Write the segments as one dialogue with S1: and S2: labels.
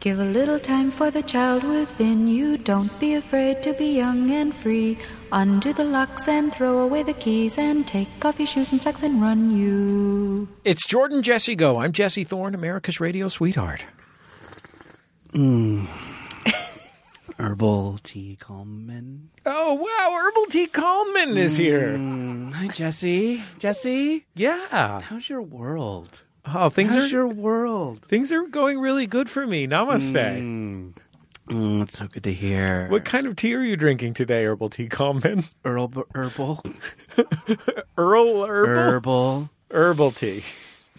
S1: Give a little time for the child within you. Don't be afraid to be young and free. Undo the locks and throw away the keys and take off your shoes and socks and run you.
S2: It's Jordan Jesse Go. I'm Jesse Thorne, America's radio sweetheart.
S3: Herbal tea common.
S2: Oh, wow. Herbal Tea Coleman is here.
S3: Mm, Hi, Jesse. Jesse,
S2: Mm. Yeah.
S3: how's your world?
S2: Oh, things are
S3: How's your world?
S2: things are going really good for me. Namaste.
S3: Mm, it's so good to hear.
S2: What kind of tea are you drinking today, Herbal Tea Coleman?
S3: herbal? Herbal.
S2: Earl Herbal
S3: Herbal.
S2: Herbal Tea.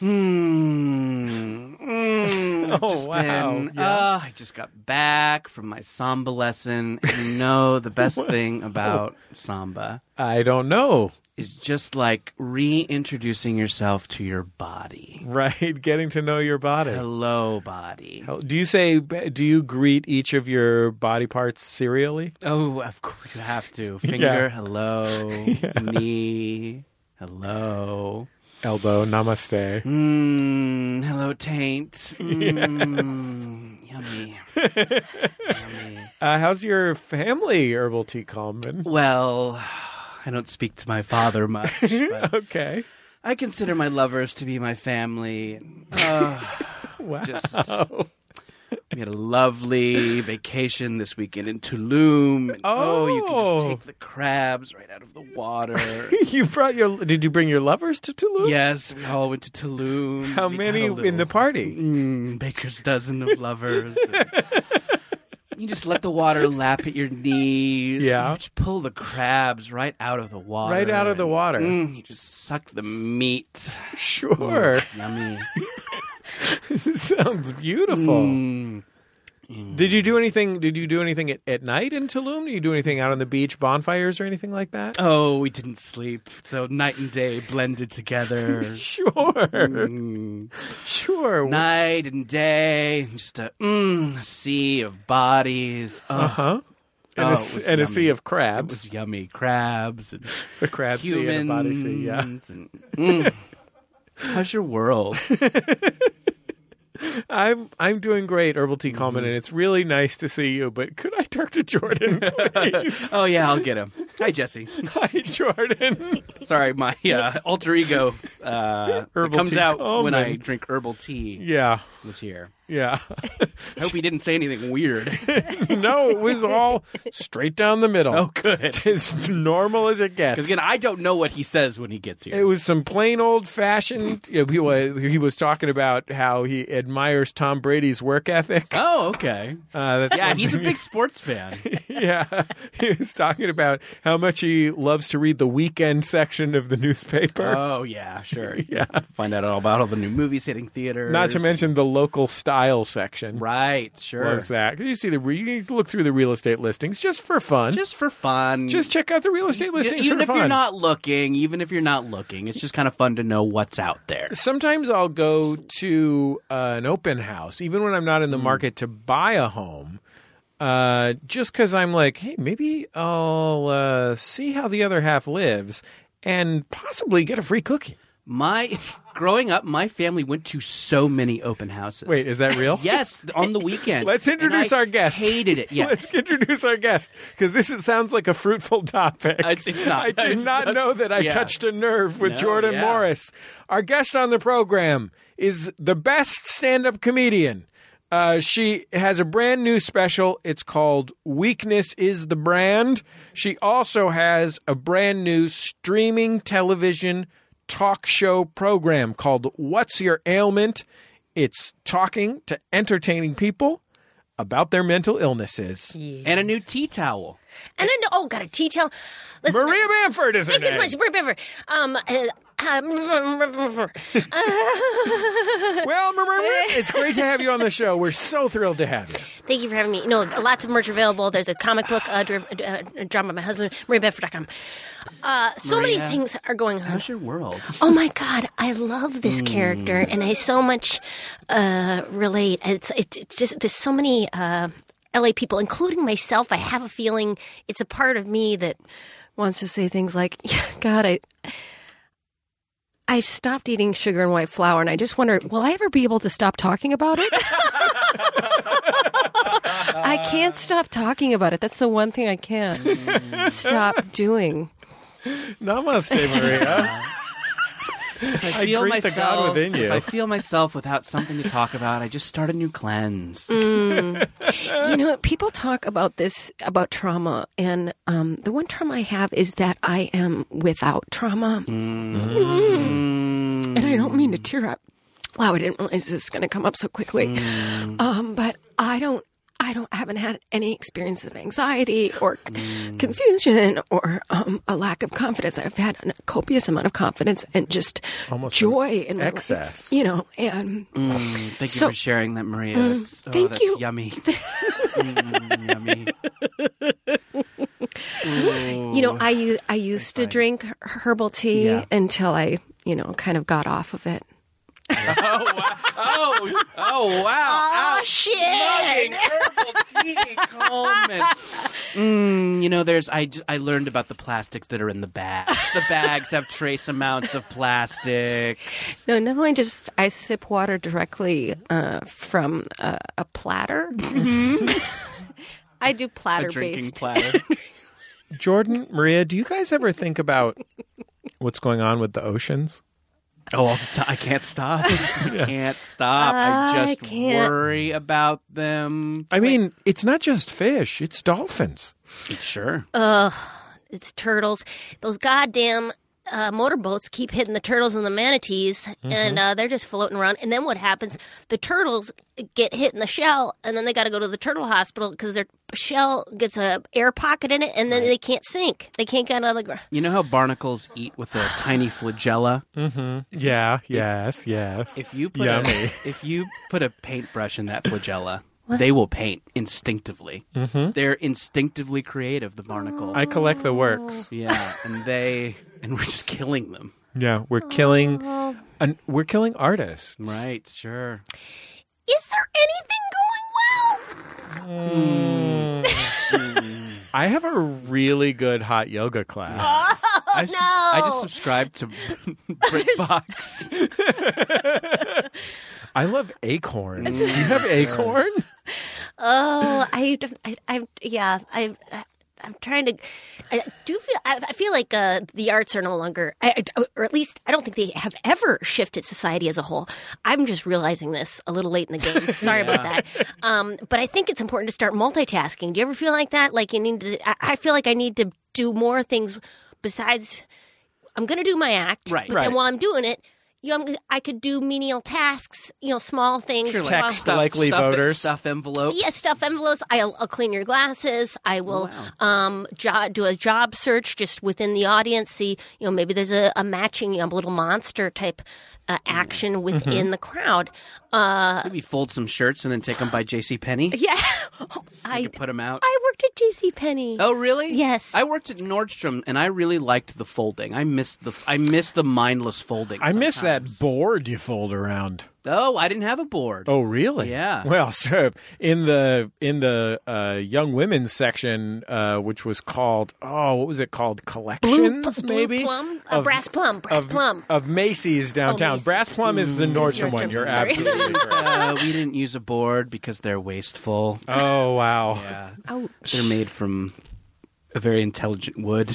S3: Mm, mm, I've
S2: Oh,
S3: just
S2: wow.
S3: been-
S2: Yeah.
S3: Ah, I just got back from my samba lesson. And you know, the best thing about samba
S2: I don't know.
S3: is just like reintroducing yourself to your body.
S2: Right, getting to know your body.
S3: Hello, body.
S2: Do you say? Do you greet each of your body parts serially?
S3: Oh, of course you have to. Finger,
S2: Yeah.
S3: hello. Knee, hello.
S2: Elbow, namaste.
S3: Mm, hello, taint. Mm, Yummy.
S2: Uh, how's your family, Herbal Tea Coleman?
S3: Well, I don't speak to my father much, but
S2: Okay.
S3: I consider my lovers to be my family. Ugh,
S2: Wow.
S3: just we had a lovely vacation this weekend in Tulum. And, oh. you can just
S2: Oh.
S3: take the crabs right out of the water.
S2: you brought your. Did you bring your lovers to Tulum?
S3: yes, we all went to Tulum.
S2: How
S3: We
S2: many
S3: got a little-
S2: in the party?
S3: Mm, baker's dozen of lovers. you just let the water lap at your knees.
S2: Yeah.
S3: You just pull the crabs right out of the water.
S2: Right out of the
S3: and-
S2: water.
S3: Mm, you just suck the meat. Mm.
S2: Sure.
S3: Yummy.
S2: Sounds beautiful.
S3: Mm.
S2: Did you do anything? Did you do anything at, at night in Tulum? Did you do anything out on the beach, bonfires or anything like that?
S3: Oh, we didn't sleep. So night and day blended together.
S2: Sure,
S3: Mm.
S2: sure.
S3: Night and day, just a mm, sea of bodies. Oh,
S2: Uh huh. And,
S3: Oh,
S2: a,
S3: it
S2: s-
S3: was
S2: and a sea
S3: yummy.
S2: of
S3: it
S2: crabs.
S3: was yummy. Crabs and
S2: It's a crab sea
S3: humans.
S2: and a body sea. Yeah.
S3: and- Mm. How's your world?
S2: I'm I'm doing great, Herbal
S3: Mm-hmm.
S2: Tea Common, and it's really nice to see you. But could I talk to Jordan, please?
S3: Oh yeah, I'll get him. Hi Jesse.
S2: Hi, Jordan.
S3: Sorry, my uh, alter ego uh, that
S2: Herbal
S3: comes
S2: tea
S3: out when I
S2: Coleman.
S3: drink herbal tea
S2: yeah,
S3: was here.
S2: yeah.
S3: I hope he didn't say anything weird.
S2: no, it was all straight down the middle.
S3: Oh, good.
S2: As normal as it gets.
S3: Because again, I don't know what he says when he gets
S2: It
S3: here.
S2: was some plain old fashioned. you know, He was, he was talking about how he admires Tom Brady's work ethic.
S3: Oh, okay.
S2: Uh, that's
S3: Yeah,
S2: one
S3: he's a
S2: thing
S3: big sports fan.
S2: yeah, he was talking about how much he loves to read the weekend section of the newspaper.
S3: Oh yeah, sure.
S2: Yeah.
S3: Find out all about all the new movies hitting theaters.
S2: Not to mention the local style section.
S3: right, sure.
S2: Loves that. You see the re- you can look through the real estate listings just for fun. Just,
S3: Just for fun.
S2: check out the real estate listings
S3: E-, even
S2: for
S3: if
S2: fun.
S3: you're not looking, even if you're not looking, it's just kind of fun to know what's out there.
S2: Sometimes I'll go to uh, an open house, even when I'm not
S3: Hmm.
S2: in the market to buy a home, uh, just because I'm like, hey, maybe I'll uh, see how the other half lives and possibly get a free cookie.
S3: My growing up, my family went to so many open houses.
S2: Wait, is that real?
S3: yes, on the weekend.
S2: Let's
S3: And
S2: introduce
S3: I
S2: our guest.
S3: Hated it. Yeah,
S2: Let's introduce our guest because this is, sounds like a fruitful topic.
S3: It's- it's not.
S2: I did
S3: It's
S2: not,
S3: not.
S2: know that I
S3: Yeah.
S2: touched a nerve with
S3: No,
S2: Jordan
S3: yeah.
S2: Morris. Our guest on the program is the best stand up comedian. Uh, she has a brand new special. It's called Weakness is the Brand. She also has a brand new streaming television talk show program called What's Your Ailment? It's talking to entertaining people about their mental illnesses.
S3: and a new tea towel.
S4: And then, oh, got a tea towel. Listen,
S2: Maria Bamford is her
S4: Thank you so
S2: name.
S4: much. Rip, rip, rip. Um, uh, um,
S2: Well, Maria, it's great to have you on the show. We're so thrilled to have you.
S4: thank you for having me. No, lots of merch available. There's a comic book uh, dri- uh, drawn by my husband, MariaBedford.com. Uh, so
S3: Maria.
S4: many things are going on.
S3: How's your world?
S4: Oh my God, I love this character, and I so much uh, relate. It's it, it's just there's so many uh, LA people, including myself. I have a feeling it's a part of me that wants to say things like, yeah, "God, I." I've stopped eating sugar and white flour, and I just wonder, will I ever be able to stop talking about it?
S5: I can't stop talking about it. That's the one thing I can't stop doing.
S2: Namaste, Maria.
S3: If I, feel
S2: greet the
S3: myself,
S2: God within you.
S3: If I feel myself without something to talk about, I just start a new cleanse.
S5: Mm. you know, people talk about this about trauma, and um, the one trauma I have is that I am without trauma, Mm. and I don't mean to tear up. Wow, I didn't realize this was going to come up so quickly.
S2: Mm.
S5: Um, but I don't, I don't, I haven't had any experience of anxiety or c-
S2: Mm.
S5: confusion or um, a lack of confidence. I've had a copious amount of confidence and just
S2: Almost
S5: joy in my
S2: excess.
S5: life, you know, and.
S3: Thank you
S5: So- Mm.
S3: for sharing that, Maria. That's, oh,
S5: thank
S3: that's
S5: you.
S3: Yummy. Mm, Mm. yummy.
S5: You know, I u- I used to drink h- herbal tea
S3: Yeah.
S5: until I, you know, kind of got off of it.
S3: Oh, oh wow!
S4: Oh, shit.
S3: Herbal tea, Coleman. Mm, you know, there's I, j- I learned about the plastics that are in the bags. The bags have trace amounts of plastics.
S5: No, now I just I sip water directly uh, from a, a platter. Mm-hmm. I do platter
S3: A drinking
S5: based.
S3: platter.
S2: Jordan, Maria, do you guys ever think about what's going on with the oceans?
S3: Oh, all the time. I can't stop. I can't stop. I
S4: I
S3: just
S4: can't.
S3: worry about them.
S2: I mean, it's not just fish; it's dolphins.
S3: Sure.
S4: It's turtles. Those goddamn uh, motorboats keep hitting the turtles and the manatees, and uh, they're just floating around. And then what happens? The turtles get hit in the shell, and then they got to go to the turtle hospital because their shell gets a air pocket in it, and then they can't sink. They can't get out of the ground.
S3: you know how barnacles eat with a tiny flagella?
S2: Yeah. Yes. Yes.
S3: If you put
S2: Yummy.
S3: a, if you put a paintbrush in that flagella, they will paint instinctively. They're instinctively creative. The barnacle.
S2: Mm-hmm. I collect the works.
S3: yeah, and they and we're just killing them.
S2: Yeah, we're killing, an, we're killing artists.
S3: Right. Sure.
S4: Is there anything going well?
S2: I have a really good hot yoga class.
S3: I, subs- I just
S4: Oh, no.
S3: subscribed to BritBox.
S2: I love Acorn. Do you have Acorn?
S4: Oh, I, I, I yeah, I. I I'm trying to. I do feel. I, I feel like uh, the arts are no longer, I, I- or at least I don't think they have ever shifted society as a whole. I'm just realizing this a little late in the game. Sorry about that. Um, but I think it's important to start multitasking. Do you ever feel like that? Like you need to. I, I feel like I need to do more things besides. I'm going to do my act,
S3: Right.
S4: But
S3: Right.
S4: then while I'm doing it, you know, I'm, gonna- I could do menial tasks. You know, small things.
S3: Sure, like
S4: small-
S2: Text likely
S3: stuff,
S2: voters.
S3: Stuff envelopes.
S4: Yes, stuff envelopes. I'll, I'll clean your glasses. I will um, jo- do a job search just within the audience. See, you know, maybe there's a, a matching, you know, little monster type uh, action within the crowd. Uh,
S3: Maybe fold some shirts and then take them by J.C. Penney.
S4: yeah, I
S3: could put them out.
S4: I worked at J.C. Penney.
S3: Oh really?
S4: Yes.
S3: I worked at Nordstrom and I really liked the folding. I missed the I missed the mindless folding.
S2: I miss that
S3: sometimes.
S2: board you fold around.
S3: Oh, I didn't have a board.
S2: Oh, really?
S3: Yeah.
S2: Well, so in the in the uh, young women's section, uh, which was called oh, what was it called? Collections, maybe
S4: plum, uh, brass plum, brass
S2: of,
S4: plum.
S2: of Macy's downtown.
S4: Macy's.
S2: Brass plum is the Nordstrom one.
S4: Nordstrom's,
S2: You're
S4: I'm sorry.
S2: absolutely correct.
S3: Uh, we didn't use a board because they're wasteful.
S2: Oh wow.
S3: They're made from a very intelligent wood.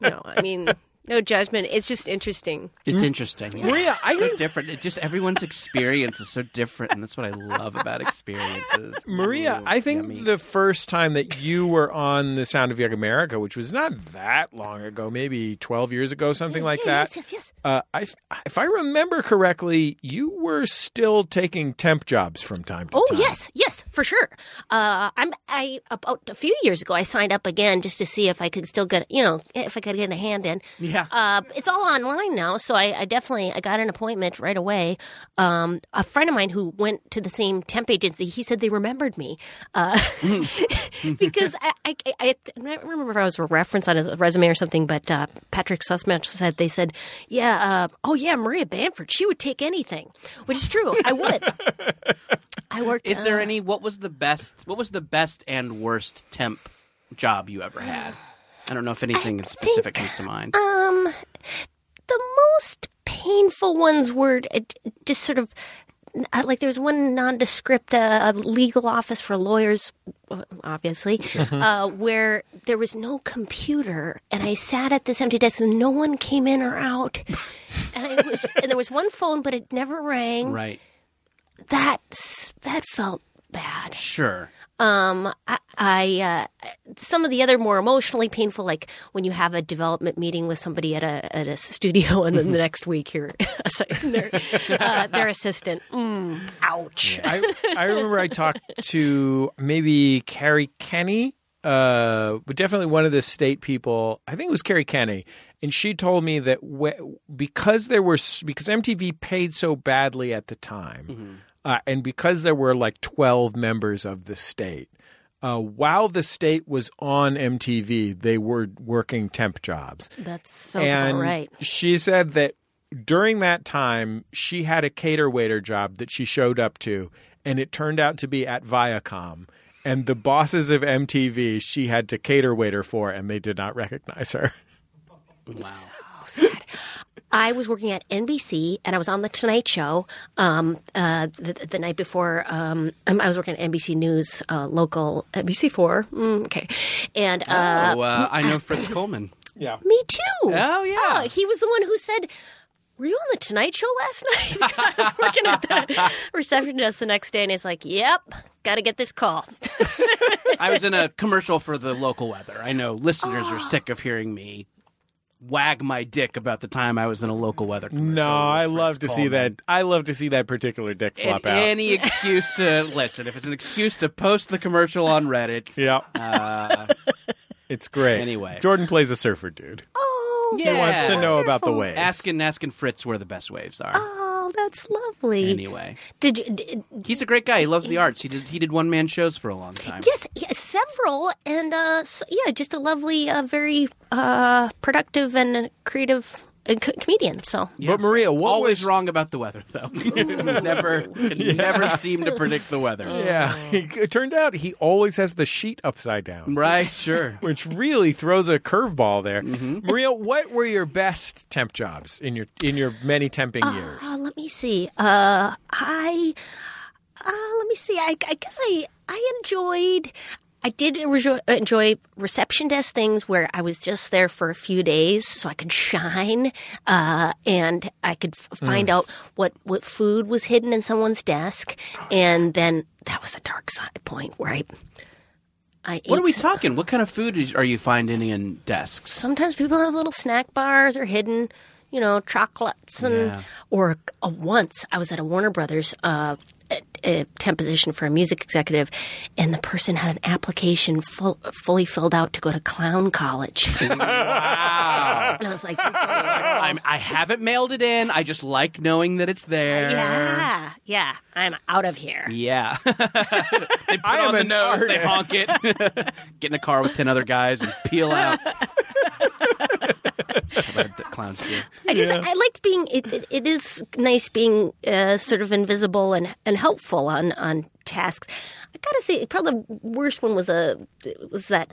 S5: No, I mean, no judgment. It's just interesting.
S3: It's interesting.
S2: Maria, I
S3: so
S2: think-
S3: different. It just everyone's experience is so different, and that's what I love about experiences.
S2: Maria,
S3: Ooh,
S2: I think
S3: yummy.
S2: the first time that you were on The Sound of Young America, which was not that long ago, maybe 12 years ago, something like
S4: Yeah,
S2: that.
S4: Yes, yes, yes.
S2: Uh, I, if I remember correctly, you were still taking temp jobs from time to
S4: Oh
S2: time.
S4: yes, yes, for sure. Uh, I'm I about a few years ago I signed up again just to see if I could still get you know if I could get a hand in.
S3: Yeah.
S4: Uh, it's all online now, so I, I definitely I got an appointment right away. Um, a friend of mine who went to the same temp agency, he said they remembered me uh, because I, I, I, I don't remember if I was a reference on his resume or something, but uh, Patrick Sussman said they said, yeah, uh, oh yeah, Maria Bamford, she would take anything, which is true. I would. I worked.
S3: Is
S2: Uh.
S3: there any? What was the best? What was the best and worst temp job you ever had? I don't know if anything specific comes to mind.
S4: Um, the most painful ones were uh, d- just sort of uh, like there's one nondescript uh, legal office for lawyers, uh, obviously, uh, where there was no computer, and I sat at this empty desk, and no one came in or out, and I was, and there was one phone, but it never rang.
S3: Right.
S4: That s- that felt bad.
S3: Sure.
S4: Um, I, I uh, some of the other more emotionally painful, like when you have a development meeting with somebody at a at a studio, and
S3: Mm-hmm.
S4: then the next week you're assigning their, uh, their assistant. Mm, ouch.
S2: I, I remember I talked to maybe Carrie Kenny, uh, but definitely one of the state people. I think it was Carrie Kenny, and she told me that wh- because there were s- because MTV paid so badly at the time, uh, and because there were like twelve members of the state. Uh, while the state was on MTV, they were working temp jobs
S4: That sounds
S2: and
S4: about right.
S2: She said that during that time, she had a cater waiter job that she showed up to, and it turned out to be at Viacom. And the bosses of MTV, she had to cater waiter for, and they did not recognize her.
S4: I was working at NBC and I was on the Tonight Show um, uh, the, the night before. Um, um, I was working at NBC News, uh, local NBC Four. Mm, okay, and uh,
S3: oh, uh, I know Fritz Coleman.
S4: me too.
S3: Oh, yeah.
S4: Oh, he was the one who said. Were you on the Tonight Show last night? I was working at the reception desk the next day, and he's like, "Yep, got to get this call."
S3: I was in a commercial for the local weather. I know listeners are sick of hearing me wag my dick about the time I was in a local weather. commercial
S2: No,
S3: with
S2: I
S3: Fritz
S2: love to see
S3: Coleman.
S2: that. I love to see that particular dick flop
S3: And
S2: out.
S3: any excuse to listen. If it's an excuse to post the commercial on Reddit,
S2: yeah,
S3: uh,
S2: it's great.
S3: anyway.
S2: Jordan plays a surfer dude.
S4: oh,
S3: He wants
S2: Wants to know about the waves.
S3: asking asking Fritz where the best waves are.
S4: Oh, that's lovely.
S3: Anyway,
S4: Did you? Did,
S3: he's a great guy. He loves the arts. He did he did one man shows for a long time.
S4: Yes, yes, several, and uh, s yeah, just a lovely, uh, very uh, productive and creative uh, co- comedian. So
S2: But Maria, what
S3: Always
S2: was
S3: wrong about the weather, though. never, never seem to predict the weather.
S2: Yeah, it turned out he always has the sheet upside down.
S3: Right? Sure.
S2: which really throws a curveball there. Maria, what were your best temp jobs in your in your many temping years?
S4: uh, let me see. Uh, I uh, let me see. I, I guess I I enjoyed. I did enjoy, enjoy reception desk things where I was just there for a few days so I could shine uh, and I could f- find
S3: Mm.
S4: out what, what food was hidden in someone's desk. And then that was a dark side point where I. I
S3: What
S4: ate
S3: are we
S4: some-
S3: talking? What kind of food is, are you finding in desks?
S4: sometimes people have little snack bars or hidden you know chocolates and
S3: Yeah.
S4: or uh, once i was at a warner brothers uh, a- a temp position for a music executive and the person had an application full, fully filled out to go to clown college
S3: Wow.
S4: and i was like "You're kidding."
S3: I'm, I haven't mailed it in. I just like knowing that it's there.
S4: yeah yeah i'm out of here
S3: Yeah. they put
S2: am
S3: on the
S2: an
S3: nose, they honk it, get in a car with 10 other guys and peel out. What do clowns do.
S4: I just I liked being it, it, it is nice being uh, sort of invisible and and helpful on on tasks. I gotta say, probably the worst one was a was that.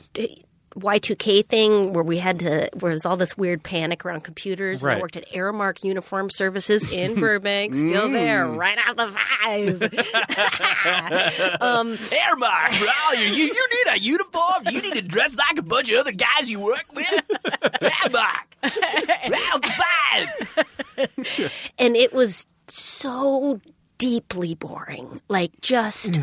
S4: Y two K thing where we had to where there was all this weird panic around computers. And
S2: Right.
S4: I worked at Airmark Uniform Services in Burbank, still there, right off the five. um,
S3: Airmark, for all you, you, you need a uniform. You need to dress like a bunch of other guys you work with. Airmark, round five.
S4: and it was so deeply boring like just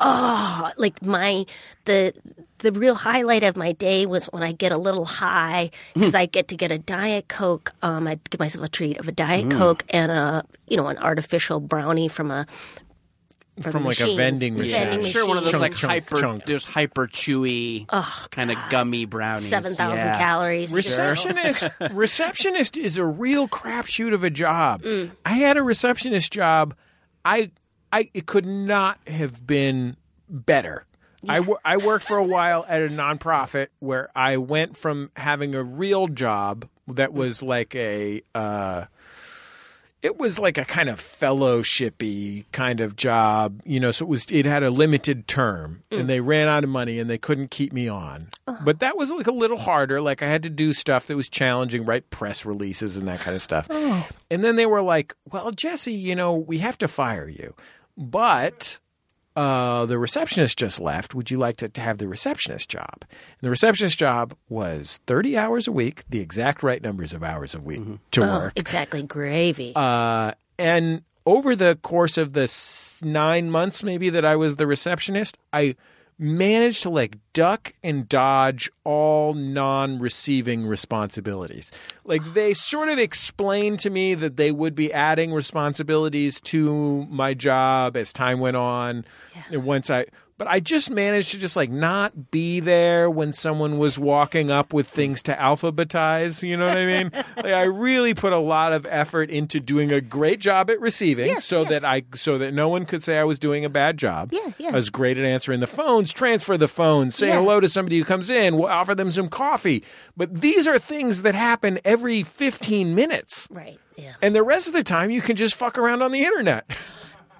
S4: oh like my the the real highlight of my day was when i get a little high
S2: Hmm.
S4: because i get to get a diet coke um i give myself a treat of a diet
S2: Hmm.
S4: coke and a you know an artificial brownie from a from, a
S2: like a
S4: machine.
S2: vending machine.
S4: vending
S2: Yeah,
S3: Sure, one of those
S2: Chunk,
S3: like
S2: chunk,
S3: hyper,
S2: chunk.
S3: those hyper chewy, kind of gummy brownies.
S4: 7000
S3: Yeah.
S4: calories Just-
S2: Receptionist, receptionist is a real crapshoot of a job.
S3: Mm.
S2: I had a receptionist job. I, I it could not have been better. I, wo- I worked for a while at a nonprofit where I went from having a real job that was like a uh, it was like a kind of fellowshipy kind of job, you know. So it was it had a limited term, and they ran out of money, and they couldn't keep me on. But that was like a little harder. Like I had to do stuff that was challenging, write press releases and that kind of stuff. And then they were like, "Well, Jesse, you know, we have to fire you, but." uh, the receptionist just left. Would you like to, to have the receptionist job? And the receptionist job was 30 hours a week, the exact right numbers of hours a week to
S4: Oh,
S2: work.
S4: exactly. Gravy.
S2: Uh, and over the course of the s- nine months, maybe that I was the receptionist, I managed to like duck and dodge all non-receiving responsibilities. Like they sort of explained to me that they would be adding responsibilities to my job as time went on. And once I but I just managed to just like not be there when someone was walking up with things to alphabetize. You know what I mean? like I really put a lot of effort into doing a great job at receiving, so that I so that no one could say I was doing a bad job.
S4: Yeah, yeah.
S2: I was great at answering the phones, transfer the phones, say
S4: Yeah.
S2: hello to somebody who comes in, we'll offer them some coffee. But these are things that happen every fifteen minutes,
S4: right. Yeah.
S2: and the rest of the time you can just fuck around on the internet.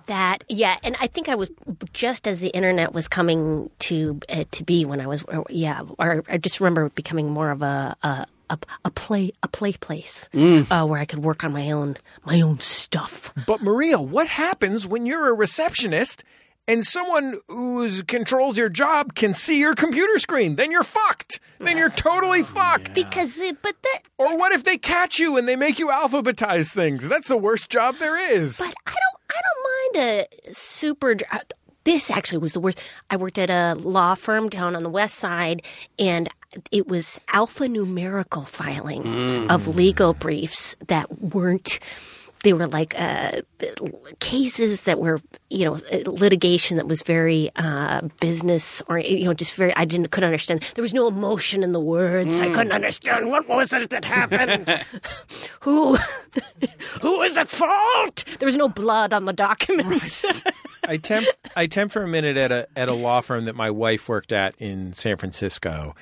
S4: That yeah, and I think I was just as the internet was coming to uh, to be when I was or, yeah, or I just remember it becoming more of a a, a, a play a play place uh, where I could work on my own my own stuff.
S2: But Maria, what happens when you're a receptionist and someone who controls your job can see your computer screen? Then you're fucked. Then you're totally fucked.
S4: Because uh, but that
S2: Or what if they catch you and they make you alphabetize things? That's the worst job there is.
S4: but I don't I don't mind a super. dr- uh, This actually was the worst. I worked at a law firm down on the west side, and it was alphanumerical filing of legal briefs that weren't. They were like uh, cases that were, you know, litigation that was very uh, business or you know just very. I didn't couldn't understand. There was no emotion in the words. I couldn't understand what was it that happened. Who, who is at fault? There was no blood on the documents.
S2: I temp I temp for a minute at a at a law firm that my wife worked at in San Francisco.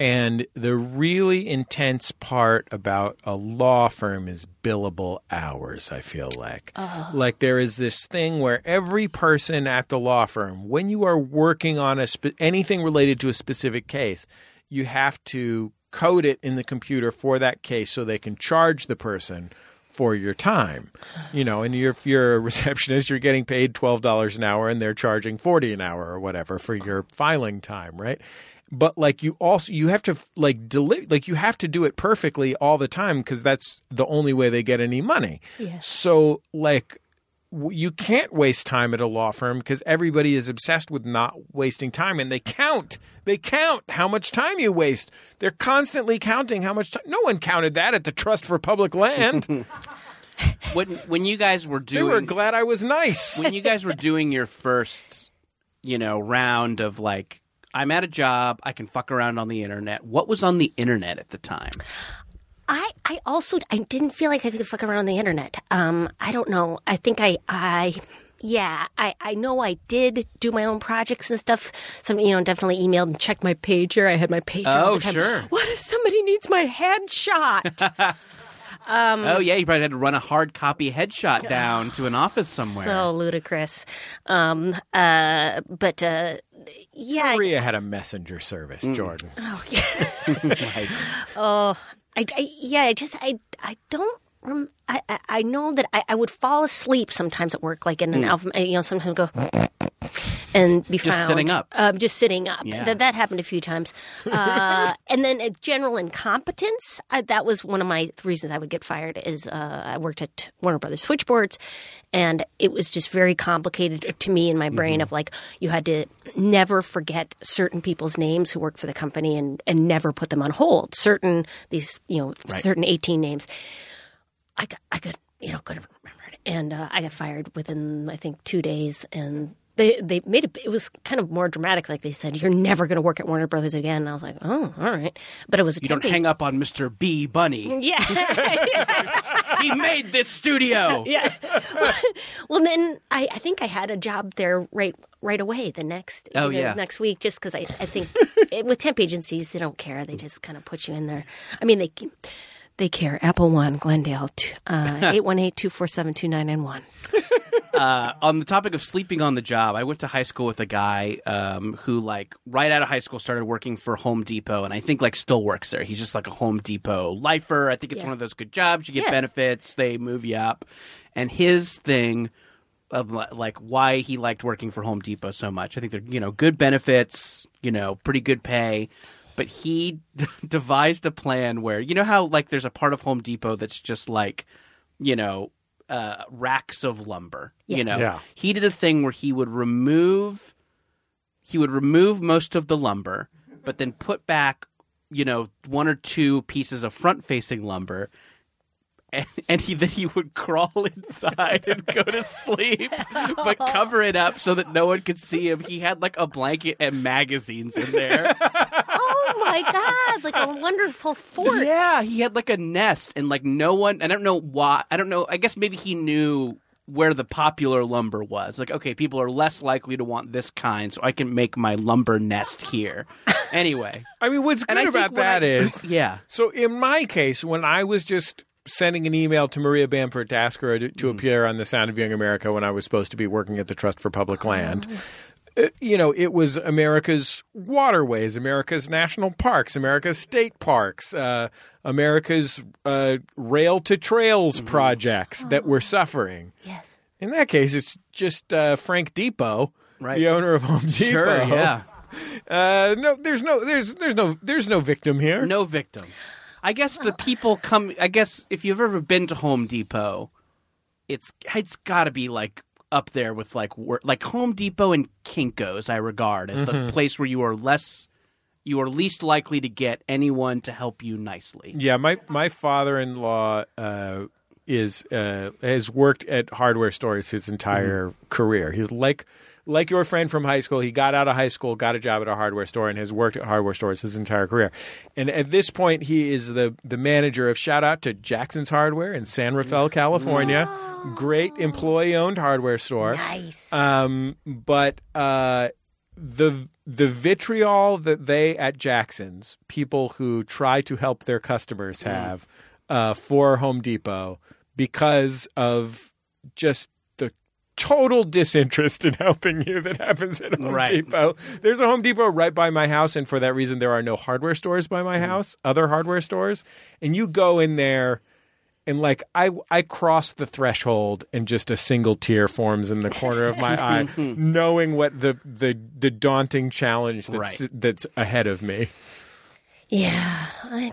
S2: And the really intense part about a law firm is billable hours, I feel like. Like there is this thing where every person at the law firm when you are working on a spe- anything related to a specific case, you have to code it in the computer for that case so they can charge the person for your time. You know, and you're, if you're a receptionist, you're getting paid twelve dollars an hour, and they're charging forty an hour or whatever for your filing time, right? But like you also you have to like deli- like you have to do it perfectly all the time because that's the only way they get any money. So like w- you can't waste time at a law firm because everybody is obsessed with not wasting time and they count they count how much time you waste they're constantly counting how much time no one counted that at the trust for public land
S3: When when you guys were
S2: they
S3: doing
S2: were glad i was nice
S3: when you guys were doing your first, you know, round of like, I'm at a job, I can fuck around on the internet. What was on the internet at the time?
S4: I, I also I didn't feel like I could fuck around on the internet. Um, I don't know. I think I I yeah, I, I know I did do my own projects and stuff. Some you know, definitely emailed and checked my pager. I had my pager. all
S3: Oh,
S4: the time.
S3: sure.
S5: What if somebody needs my headshot?
S3: oh yeah, you probably had to run a hard copy headshot down to an office somewhere.
S4: So ludicrous. Um uh but uh yeah, I-
S2: Maria had a messenger service, Jordan.
S4: I, I- yeah, I just I I don't. Rem- I, I I know that I, I would fall asleep sometimes at work, like in an alpha. You know, sometimes go and be
S3: Hmm. Just
S4: found
S3: sitting up.
S4: Um, just sitting up.
S3: Yeah.
S4: That that happened a few times. Uh, and then uh, general incompetence. I, that was one of my th- reasons I would get fired. Is uh, I worked at Warner Brothers switchboards, and it was just very complicated to me in my brain. Of like, you had to never forget certain people's names who worked for the company, and and never put them on hold. Certain these you know certain eighteen names. I got, I could, you know, could have remembered. And uh, I got fired within, I think, two days. And they, they made it, it was kind of more dramatic. Like they said, you're never going to work at Warner Brothers again. And I was like, oh, all right. But it was a
S3: you don't hang up on Mr. B Bunny.
S4: Yeah.
S3: he made this studio.
S4: yeah. well, then I, I think I had a job there right right away the next
S3: Oh,
S4: the
S3: yeah.
S4: next week just because I, I think it, with temp agencies they don't care they just kind of put you in there. I mean they
S5: They care. Apple One, Glendale, t- uh, 818-247-2991.
S3: Uh, on the topic of sleeping on the job, I went to high school with a guy um, who, like, right out of high school, started working for Home Depot, and I think like still works there. He's just like a Home Depot lifer. I think it's
S4: Yeah.
S3: one of those good jobs. You get
S4: Yeah.
S3: benefits, they move you up, and his thing of li- like why he liked working for Home Depot so much. I think they're you know good benefits, you know pretty good pay, but he devised a plan where you know how like there's a part of Home Depot that's just like you know uh, racks of lumber. You
S4: Yes.
S3: know
S2: Yeah.
S3: he did a thing where he would remove he would remove most of the lumber, but then put back you know one or two pieces of front facing lumber and, and he then he would crawl inside and go to sleep, but cover it up so that no one could see him. He had like a blanket and magazines in there.
S4: Oh my God! Like a wonderful fort.
S3: yeah, he had like a nest, and like no one. I don't know why. I don't know. I guess maybe he knew where the popular lumber was. Like, okay, people are less likely to want this kind, so I can make my lumber nest here. Anyway,
S2: I mean, what's
S3: and
S2: good
S3: I think
S2: about
S3: when
S2: that
S3: I-
S2: is.
S3: yeah.
S2: So in my case, when I was just sending an email to Maria Bamford to ask her to,
S3: Mm-hmm.
S2: to appear on The Sound of Young America when I was supposed to be working at the Trust for
S3: Oh.
S2: Public Land. uh, You know, it was America's waterways, America's national parks, America's state parks, uh, America's uh, rail to trails
S3: Mm-hmm.
S2: projects that
S3: Oh.
S2: were suffering.
S4: Yes.
S2: In that case, it's just uh, Frank Depot,
S3: Right.
S2: the owner of Home Depot.
S3: Sure, yeah.
S2: Uh, no, there's no, there's, there's no, there's no victim here.
S3: No victim. I guess the people come. I guess if you've ever been to Home Depot, it's it's got to be like up there with like wor- like Home Depot and Kinkos. I regard as the place where you are less, you are least likely to get anyone to help you nicely.
S2: Yeah, my my father in law uh, is uh, has worked at hardware stores his entire career. He's like like your friend from high school. He got out of high school, got a job at a hardware store, and has worked at hardware stores his entire career. And at this point, he is the the manager of shout out to Jackson's Hardware in San Rafael, California. Great employee owned hardware store.
S4: Nice.
S2: Um, but uh, the the vitriol that they at Jackson's, people who try to help their customers have uh, for Home Depot because of just the total disinterest in helping you that happens at Home
S3: Right.
S2: Depot. There's a Home Depot right by my house, and for that reason, there are no hardware stores by my house, other hardware stores, and you go in there and like I I cross the threshold and just a single tear forms in the corner of my eye, knowing what the the the daunting challenge that's
S3: Right.
S2: that's ahead of me.
S4: Yeah, I,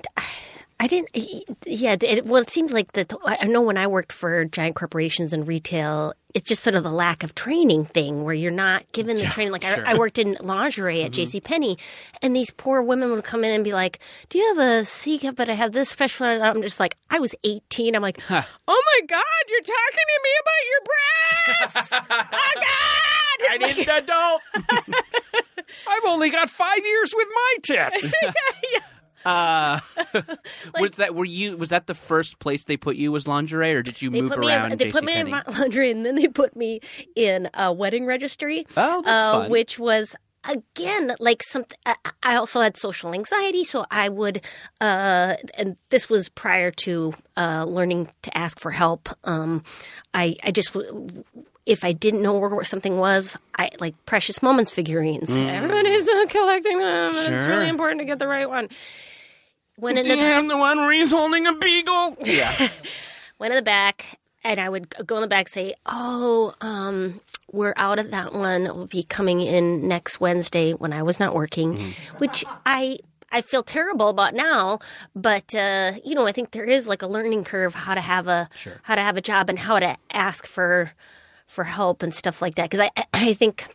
S4: I didn't. Yeah, it, well, it seems like that. I know when I worked for giant corporations and retail, it's just sort of the lack of training thing where you're not given the training. Like I, I worked in lingerie at J.C. Penney, and these poor women would come in and be like, "Do you have a C cup? But I have this special." And I'm just like, I was 18. I'm like, "Oh my god, you're talking to me about your breasts! oh god!"
S3: I need an adult.
S2: I've only got five years with my tits.
S3: Uh, was that were you? Was that the first place they put you was lingerie, or did you move
S4: me
S3: around?
S4: in, they put me in
S3: JCPenney?
S4: my laundry and then they put me in a wedding registry
S3: Oh, that's
S4: uh,
S3: fun.
S4: which was again like something I, I also had social anxiety so i would uh, and this was prior to uh, learning to ask for help um, I, I just w- if i didn't know where, where something was i like precious moments figurines everybody's uh, collecting them and it's
S3: Mm. Sure.
S4: really important to get the right one when
S3: Do you have the one where he's holding a beagle? Yeah.
S4: went in the back and I would go in the back say, "Oh, um, we're out of that one. We'll be coming in next Wednesday when I was not working," which I I feel terrible about now, but uh, you know I think there is like a learning curve how to have a how to have a job and how to ask for for help and stuff like that because I I think.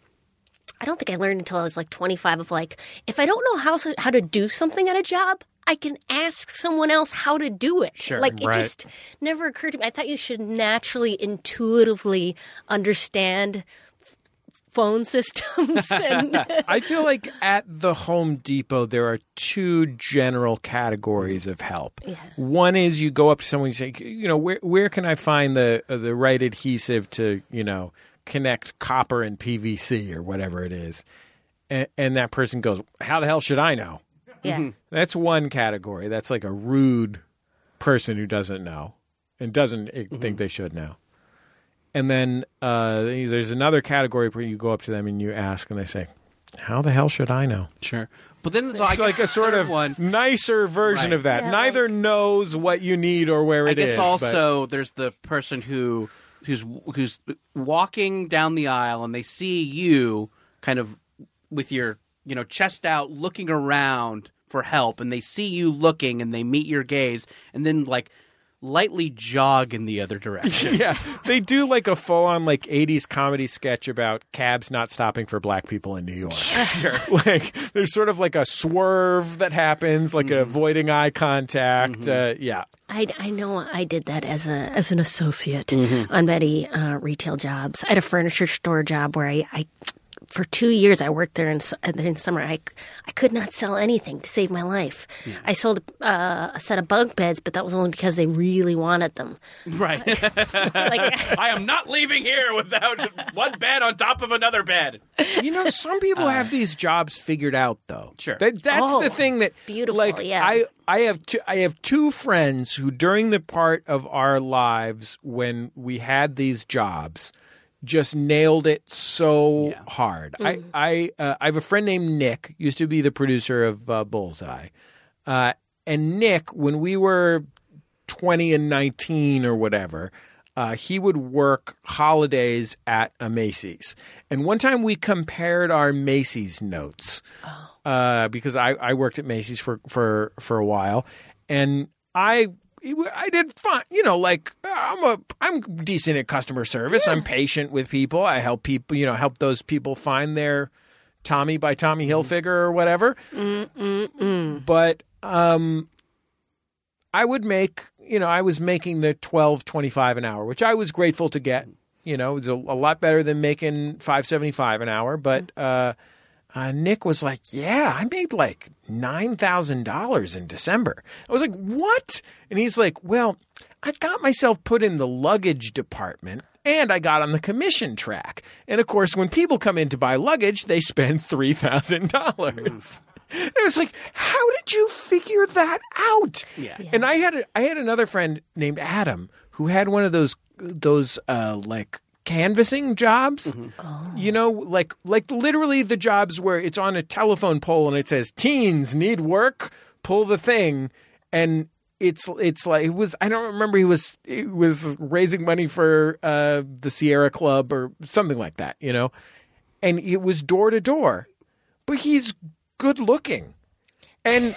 S4: I don't think I learned until I was like 25 of like if I don't know how how to do something at a job, I can ask someone else how to do it. Sure, like it
S2: right.
S4: just never occurred to me. I thought you should naturally intuitively understand f- phone systems and
S2: I feel like at the Home Depot there are two general categories of help. One is you go up to someone and say, you know, where where can I find the uh, the right adhesive to you know connect copper and PVC or whatever it is, and, and that person goes, how the hell should I know?
S4: yeah.
S2: That's one category. That's like a rude person who doesn't know and doesn't eh,
S3: Mm-hmm.
S2: think they should know. And then uh, there's another category where you go up to them and you ask, and they say, "How the hell should I know?"
S3: Sure. But then so I
S2: It's like
S3: guess
S2: a sort
S3: third
S2: of
S3: one.
S2: nicer version
S3: Right.
S2: of that.
S4: Yeah,
S2: Neither knows what you need or where
S3: I
S2: it
S3: guess
S2: is. but-
S3: also there's the person who who's who's walking down the aisle and they see you kind of with your you know chest out looking around for help and they see you looking and they meet your gaze and then like lightly jog in the other direction.
S2: yeah, they do like a full on like '80s comedy sketch about cabs not stopping for black people in New York. like there's sort of like a swerve that happens, like avoiding eye contact. Uh, yeah,
S4: I, I know I did that as a as an associate
S3: Mm-hmm.
S4: on many uh, retail jobs. I had a furniture store job where I, I for two years I worked there in su- uh, in summer. I, I could not sell anything to save my life. I sold uh, a set of bunk beds, but that was only because they really wanted them.
S3: Right.
S4: Like,
S3: I am not leaving here without one bed on top of another bed.
S2: you know, some people have these jobs figured out though.
S3: Sure.
S2: That, that's
S4: Oh,
S2: the thing that
S4: beautiful,
S2: Like
S4: yeah.
S2: I, I have two, I have two friends who during the part of our lives when we had these jobs just nailed it so hard.
S4: Mm.
S2: I I uh, I have a friend named Nick used to be the producer of uh, Bullseye. Uh, and Nick when we were 20 and 19 or whatever, uh, he would work holidays at a Macy's. And one time we compared our Macy's notes uh, because I, I worked at Macy's for, for, for a while. And I. it wa- I did fine, you know. Like I'm a, I'm decent at customer service. I'm patient with people. I help people, you know, help those people find their Tommy by Tommy Hilfiger or whatever. But um, I would make, you know, I was making the 12 25 an hour, which I was grateful to get. You know, it was a, a lot better than making 575 an hour, but uh, uh, Nick was like, "Yeah, I made like $9,000 in December." I was like, "What?" And he's like, "Well, I got myself put in the luggage department." And I got on the commission track. And of course, when people come in to buy luggage, they spend $3,000. It was like, how did you figure that out?
S3: Yeah.
S2: And I had a, I had another friend named Adam who had one of those those uh, like canvassing jobs. You know, like like literally the jobs where it's on a telephone pole and it says teens need work, pull the thing, and it's it's like it was I don't remember he was it was raising money for uh, the Sierra Club or something like that. You know, and it was door to door, but he's good looking and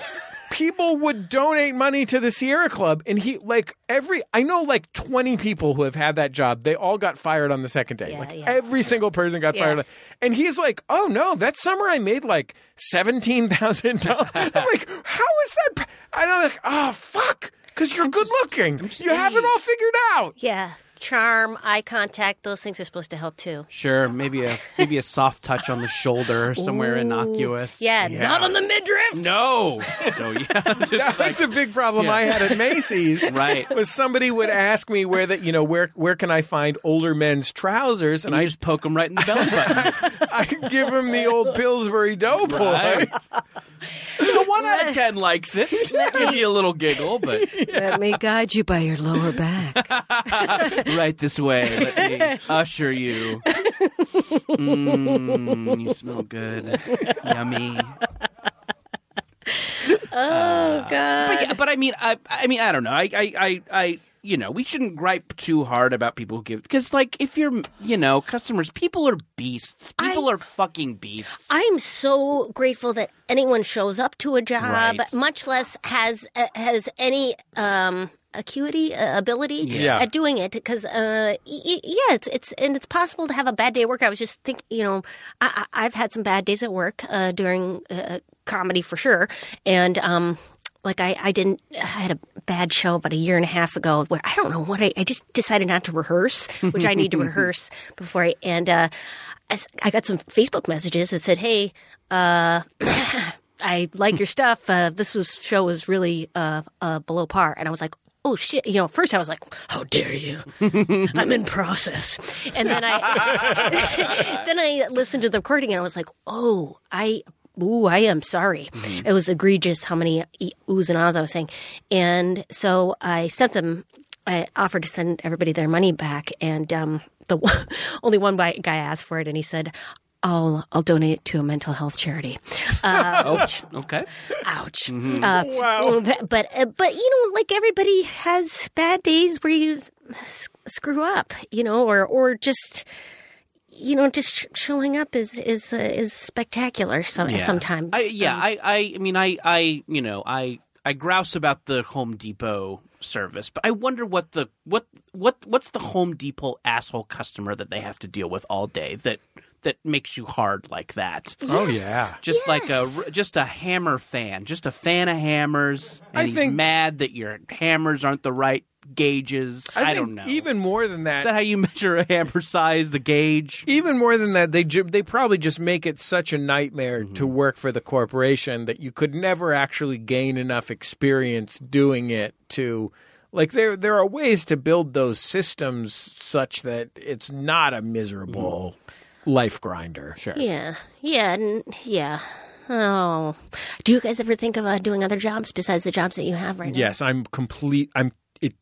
S2: people would donate money to the Sierra Club. And he like every I know like twenty people who have had that job. They all got fired on the second day. like
S4: yeah.
S2: every single person got fired. And he's like, "Oh no, that summer I made like seventeen thousand dollars." I'm like, "How is that?" p-" And I'm like, "Oh fuck." Because you're good looking. You have it all figured out.
S4: yeah, charm, eye contact, those things are supposed to help too.
S3: Sure, maybe a maybe a soft touch on the shoulder somewhere innocuous.
S4: Yeah, not on the midriff.
S3: No. No, yeah. Just like-
S2: That's a big problem
S3: Yeah.
S2: I had at Macy's.
S3: Right.
S2: Was somebody would ask me where that you know where where can I find older men's trousers and
S3: and I
S2: I
S3: just poke him right in the belly button.
S2: I give him the old Pillsbury Doughboy.
S3: Right. The one out of ten likes it. Give you a little giggle, but
S5: Let me guide you by your lower back.
S3: right this way. Let me usher you. Mmm, you smell good. Yummy. Uh,
S4: Oh god.
S3: But yeah, but I mean, I, I mean, I don't know. I, I, I, I, you know, we shouldn't gripe too hard about people who give because, like, if you're, you know, customers, people are beasts. People are fucking beasts.
S4: I'm so grateful that anyone shows up to a job,
S3: Right.
S4: much less has uh, has any um, acuity uh, ability
S2: Yeah.
S4: at doing it. Because uh, y- y- yeah, it's it's and it's possible to have a bad day at work. I was just thinking, you know, I, I- I've had some bad days at work uh, during uh, comedy for sure, and um, like I, I didn't I had a bad show about a year and a half ago where I don't know what I, I just decided not to rehearse, which I need to rehearse before I and uh, I s- I got some Facebook messages that said, "Hey, uh, I like your stuff. Uh, this was show was really uh, uh, below par," and I was like. Oh shit! You know, first I was like, "How dare you?" I'm in process, and then I then I listened to the recording and I was like, "Oh, I ooh, I am sorry. It was egregious how many e- oohs and ahs I was saying. And so I sent them, I offered to send everybody their money back. And um, the one, only one guy guy asked for it, and he said, I'll, I'll donate it to a mental health charity.
S3: Oh, okay.
S4: Ouch.
S3: Mm-hmm.
S4: Uh, But but, uh, but you know, like everybody has bad days where you s- screw up, you know, or or just you know, just sh- showing up is is uh, is spectacular. Some,
S3: Yeah.
S4: sometimes.
S3: I, yeah, I, I, I mean, I, I, you know, I, I grouse about the Home Depot service, but I wonder what the what what what's the Home Depot asshole customer that they have to deal with all day that that makes you hard like that.
S2: Oh yeah.
S3: Just like a just a hammer fan, just a fan of hammers, and
S2: I
S3: he's
S2: think-
S3: mad that your hammers aren't the right gauges. I,
S2: think
S3: don't know.
S2: Even more than
S3: is that how you measure a hammer size, the gauge?
S2: even more than that, they ju- they probably just make it such a nightmare to work for the corporation that you could never actually gain enough experience doing it to like there there are ways to build those systems such that it's not a miserable life grinder. Sure.
S4: yeah, yeah, n- yeah. Oh, do you guys ever think about doing other jobs besides the jobs that you have right now?
S2: Yes, I'm complete I'm it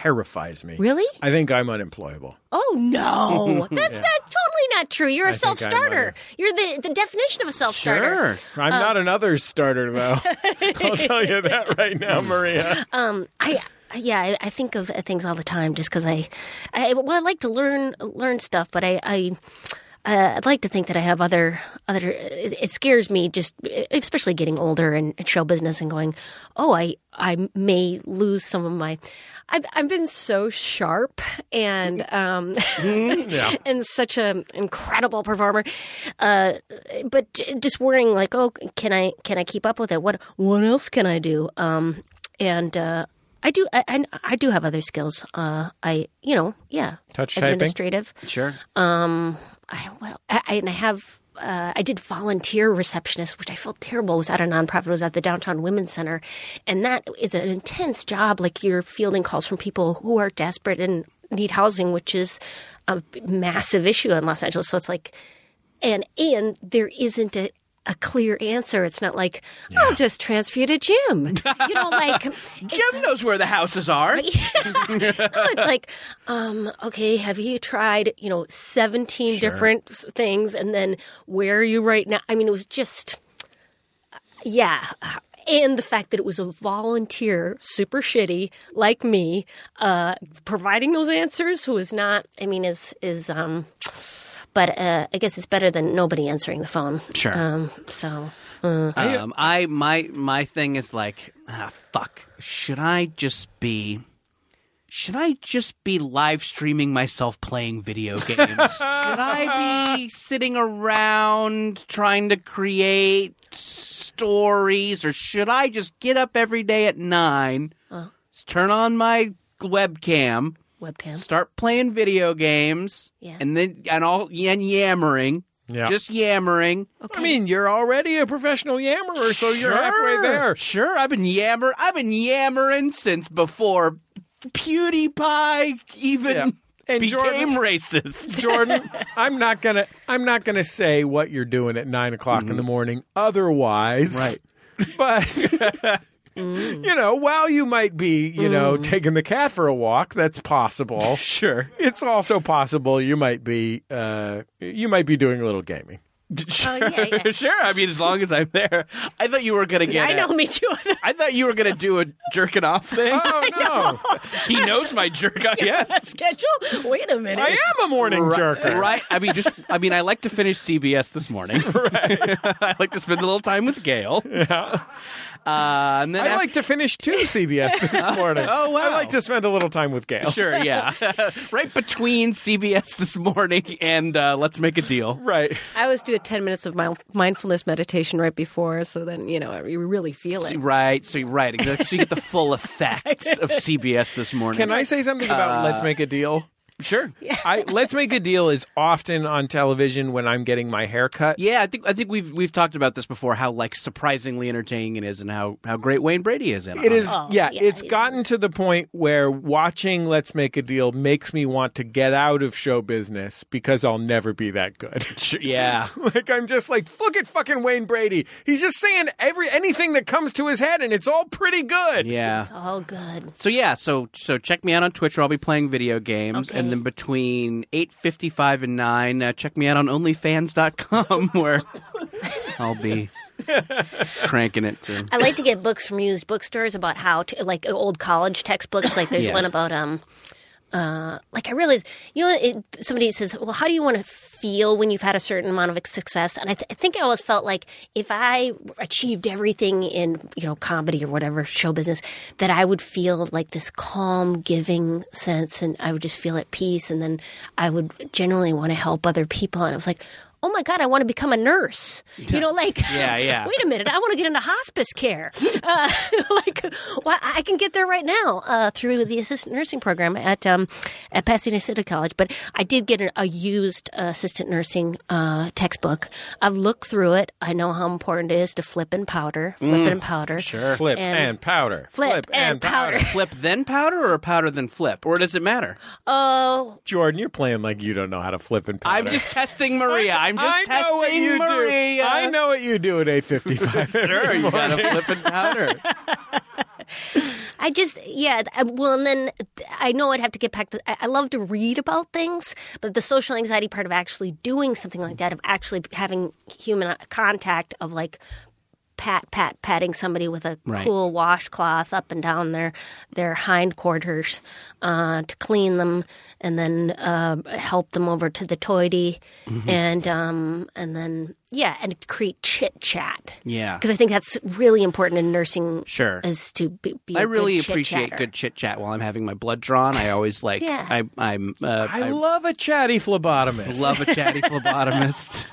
S2: terrifies me.
S4: Really?
S2: I think I'm unemployable.
S4: Oh no, that's not totally not true. You're a a
S2: think I'm
S4: self-starter. You're the the definition of a self-starter.
S3: Sure.
S2: I'm not another starter though. I'll tell you that right now, Maria.
S4: I yeah, I, I think of uh, things all the time just because I, I well, I like to learn learn stuff, but I. I uh, I'd like to think that I have other other. It, it scares me just, e, especially getting older and show business and going. Oh, I I may lose some of my.
S5: I've I've been so sharp and um
S2: yeah.
S4: and such an incredible performer. Uh, but j- just worrying, like, oh, can I can I keep up with it? What what else can I do? Um, and uh, I do, I, I, I do have other skills. Uh, I, you know, yeah,
S2: Touch typing?
S4: administrative.
S3: Sure.
S4: I, well, I, I- and I have. Uh, I did volunteer receptionist, which I felt terrible. It was at a nonprofit. It was at the Downtown Women's Center, and that is an intense job. Like you're fielding calls from people who are desperate and need housing, which is a massive issue in Los Angeles. So it's like, and and there isn't a, a clear answer. It's not like oh,
S5: I'll just transfer you to Jim.
S4: you know, like
S3: Jim knows where the houses are.
S4: no, it's like, um, okay, have you tried, you know, 17 different s- things and then where are you right now? I mean, it was just, yeah. And the fact that it was a volunteer, super shitty, like me, uh, providing those answers who is not, I mean, is, is, um, but uh, I guess it's better than nobody answering the phone.
S3: Sure.
S4: Um, so,
S3: Um, I my my thing is like, ah, fuck. Should I just be? Should I just be live streaming myself playing video games? should I be sitting around trying to create stories, or should I just get up every day at nine, s- turn on my webcam,
S4: webcam.
S3: start playing video games,
S4: Yeah.
S3: and then and all and yammering,
S2: Yeah.
S3: just yammering.
S2: I mean, you're already a professional yammerer, so you're halfway there.
S3: Sure, I've been yammer. I've been yammering since before PewDiePie even
S2: Yeah. And
S3: became
S2: Jordan-
S3: racist.
S2: Jordan, I'm not gonna I'm not gonna say what you're doing at nine o'clock in the morning. Otherwise,
S3: Right.
S2: But you know, while you might be, you know, taking the cat for a walk, that's possible.
S3: Sure,
S2: It's also possible you might be uh, you might be doing a little gaming.
S4: Oh, yeah, yeah.
S3: sure. I mean, as long as I'm there. I thought you were gonna get.
S4: I
S3: a-
S4: know, me too.
S3: I thought you were gonna do a jerking off thing.
S2: Oh no,
S3: he knows my jerk off. Yes.
S4: Schedule? Wait a minute.
S2: I am a morning jerker.
S3: Right. I mean, just. I mean, I like to finish CBS this morning. I like to spend a little time with Gail. Yeah. Uh, and then
S2: I
S3: after-
S2: like to finish two CBS this morning.
S3: Oh, wow.
S2: I like to spend a little time with Gail.
S3: Sure, yeah. right between CBS this morning and uh, Let's Make a Deal.
S2: Right.
S5: I always do a 10 minutes of my mindfulness meditation right before so then you know you really feel it.
S3: Right, so you're right. exactly. So you get the full effect of CBS this morning.
S2: uh, Can I say something about Let's Make a Deal?
S3: Sure.
S2: I, Let's Make a Deal is often on television when I'm getting my hair cut.
S3: Yeah, I think I think we've we've talked about this before. How like surprisingly entertaining it is, and how how great Wayne Brady is in it.
S2: It is,
S4: Oh,
S2: yeah,
S4: yeah,
S2: It's
S4: it is.
S2: gotten to the point where watching Let's Make a Deal makes me want to get out of show business because I'll never be that good.
S3: Sure, yeah.
S2: like I'm just like, look at fucking Wayne Brady. He's just saying every anything that comes to his head, and it's all pretty good.
S3: Yeah.
S4: Oh, good.
S3: So yeah, so so check me out on Twitch. Where I'll be playing video games,
S4: Okay.
S3: and then between eight fifty five and nine, uh, check me out on OnlyFans.com where I'll be cranking it too.
S4: I like to get books from used bookstores about how to, like old college textbooks. Like there's
S3: Yeah.
S4: one about um, uh, like I realize you know it, somebody says, well, how do you want to feel when you've had a certain amount of success? And I, th- I think I always felt like if I achieved everything in you know comedy or whatever show business, that I would feel like this calm, giving sense, and I would just feel at peace, and then I would generally want to help other people. And I was like. Oh my God! I want to become a nurse. You know, like
S3: Yeah, yeah.
S4: Wait a minute, I want to get into hospice care. Uh, like, well, I can get there right now uh, through the assistant nursing program at um, at Pasadena City College. But I did get a, a used uh, assistant nursing uh, textbook. I've looked through it. I know how important it is to flip and powder, flip and powder. Mm. Sure.
S2: Flip and,
S4: And-
S2: powder.
S4: Flip and powder.
S3: Flip then powder or powder then flip, or does it matter?
S4: Oh,
S2: Jordan, you're playing like you don't know how to flip and powder.
S3: I'm just testing Maria. I'm just
S2: I
S3: testing
S2: know what you
S3: Maria.
S2: do. I know what you do at 8:55.
S3: Sure, you gotta flip and powder.
S4: I just, yeah. I, well, and then I know I'd have to get back to, I, I love to read about things, but the social anxiety part of actually doing something like that, of actually having human contact, of like pat, pat, patting somebody with a
S3: Right.
S4: cool washcloth up and down their, their hindquarters uh, to clean them and then uh, help them over to the toity
S3: Mm-hmm.
S4: and, um, and then, yeah, and create chit chat.
S3: Yeah.
S4: Because I think that's really important in nursing.
S3: Sure.
S4: Is to be, be
S3: I
S4: a good
S3: really appreciate
S4: chit-chatter.
S3: good chit chat while I'm having my blood drawn. I always like.
S4: Yeah.
S3: I, I'm. Uh,
S2: I
S3: I
S2: love a chatty phlebotomist.
S3: love a chatty phlebotomist.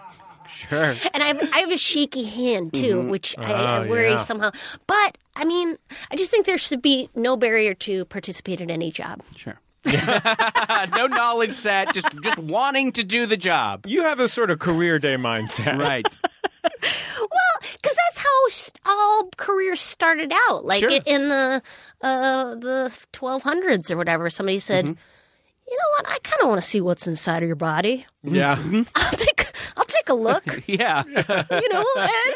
S3: Sure.
S4: And I have, I have a shaky hand too,
S3: Mm-hmm.
S4: which I, I
S2: Oh,
S4: worry
S2: yeah.
S4: somehow. But I mean, I just think there should be no barrier to participate in any job.
S3: Sure. Uh, no knowledge set, just just wanting to do the job.
S2: you have a sort of career day mindset.
S3: Right.
S4: Well, because that's how s- all careers started out, like
S3: Sure.
S4: in the uh, the twelve hundreds or whatever. Somebody said,
S3: Mm-hmm.
S4: "You know what? I kind of want to see what's inside of your body.
S3: Mm-hmm.
S2: Yeah.
S4: I'll take I'll take a look.
S3: Yeah.
S4: you know, and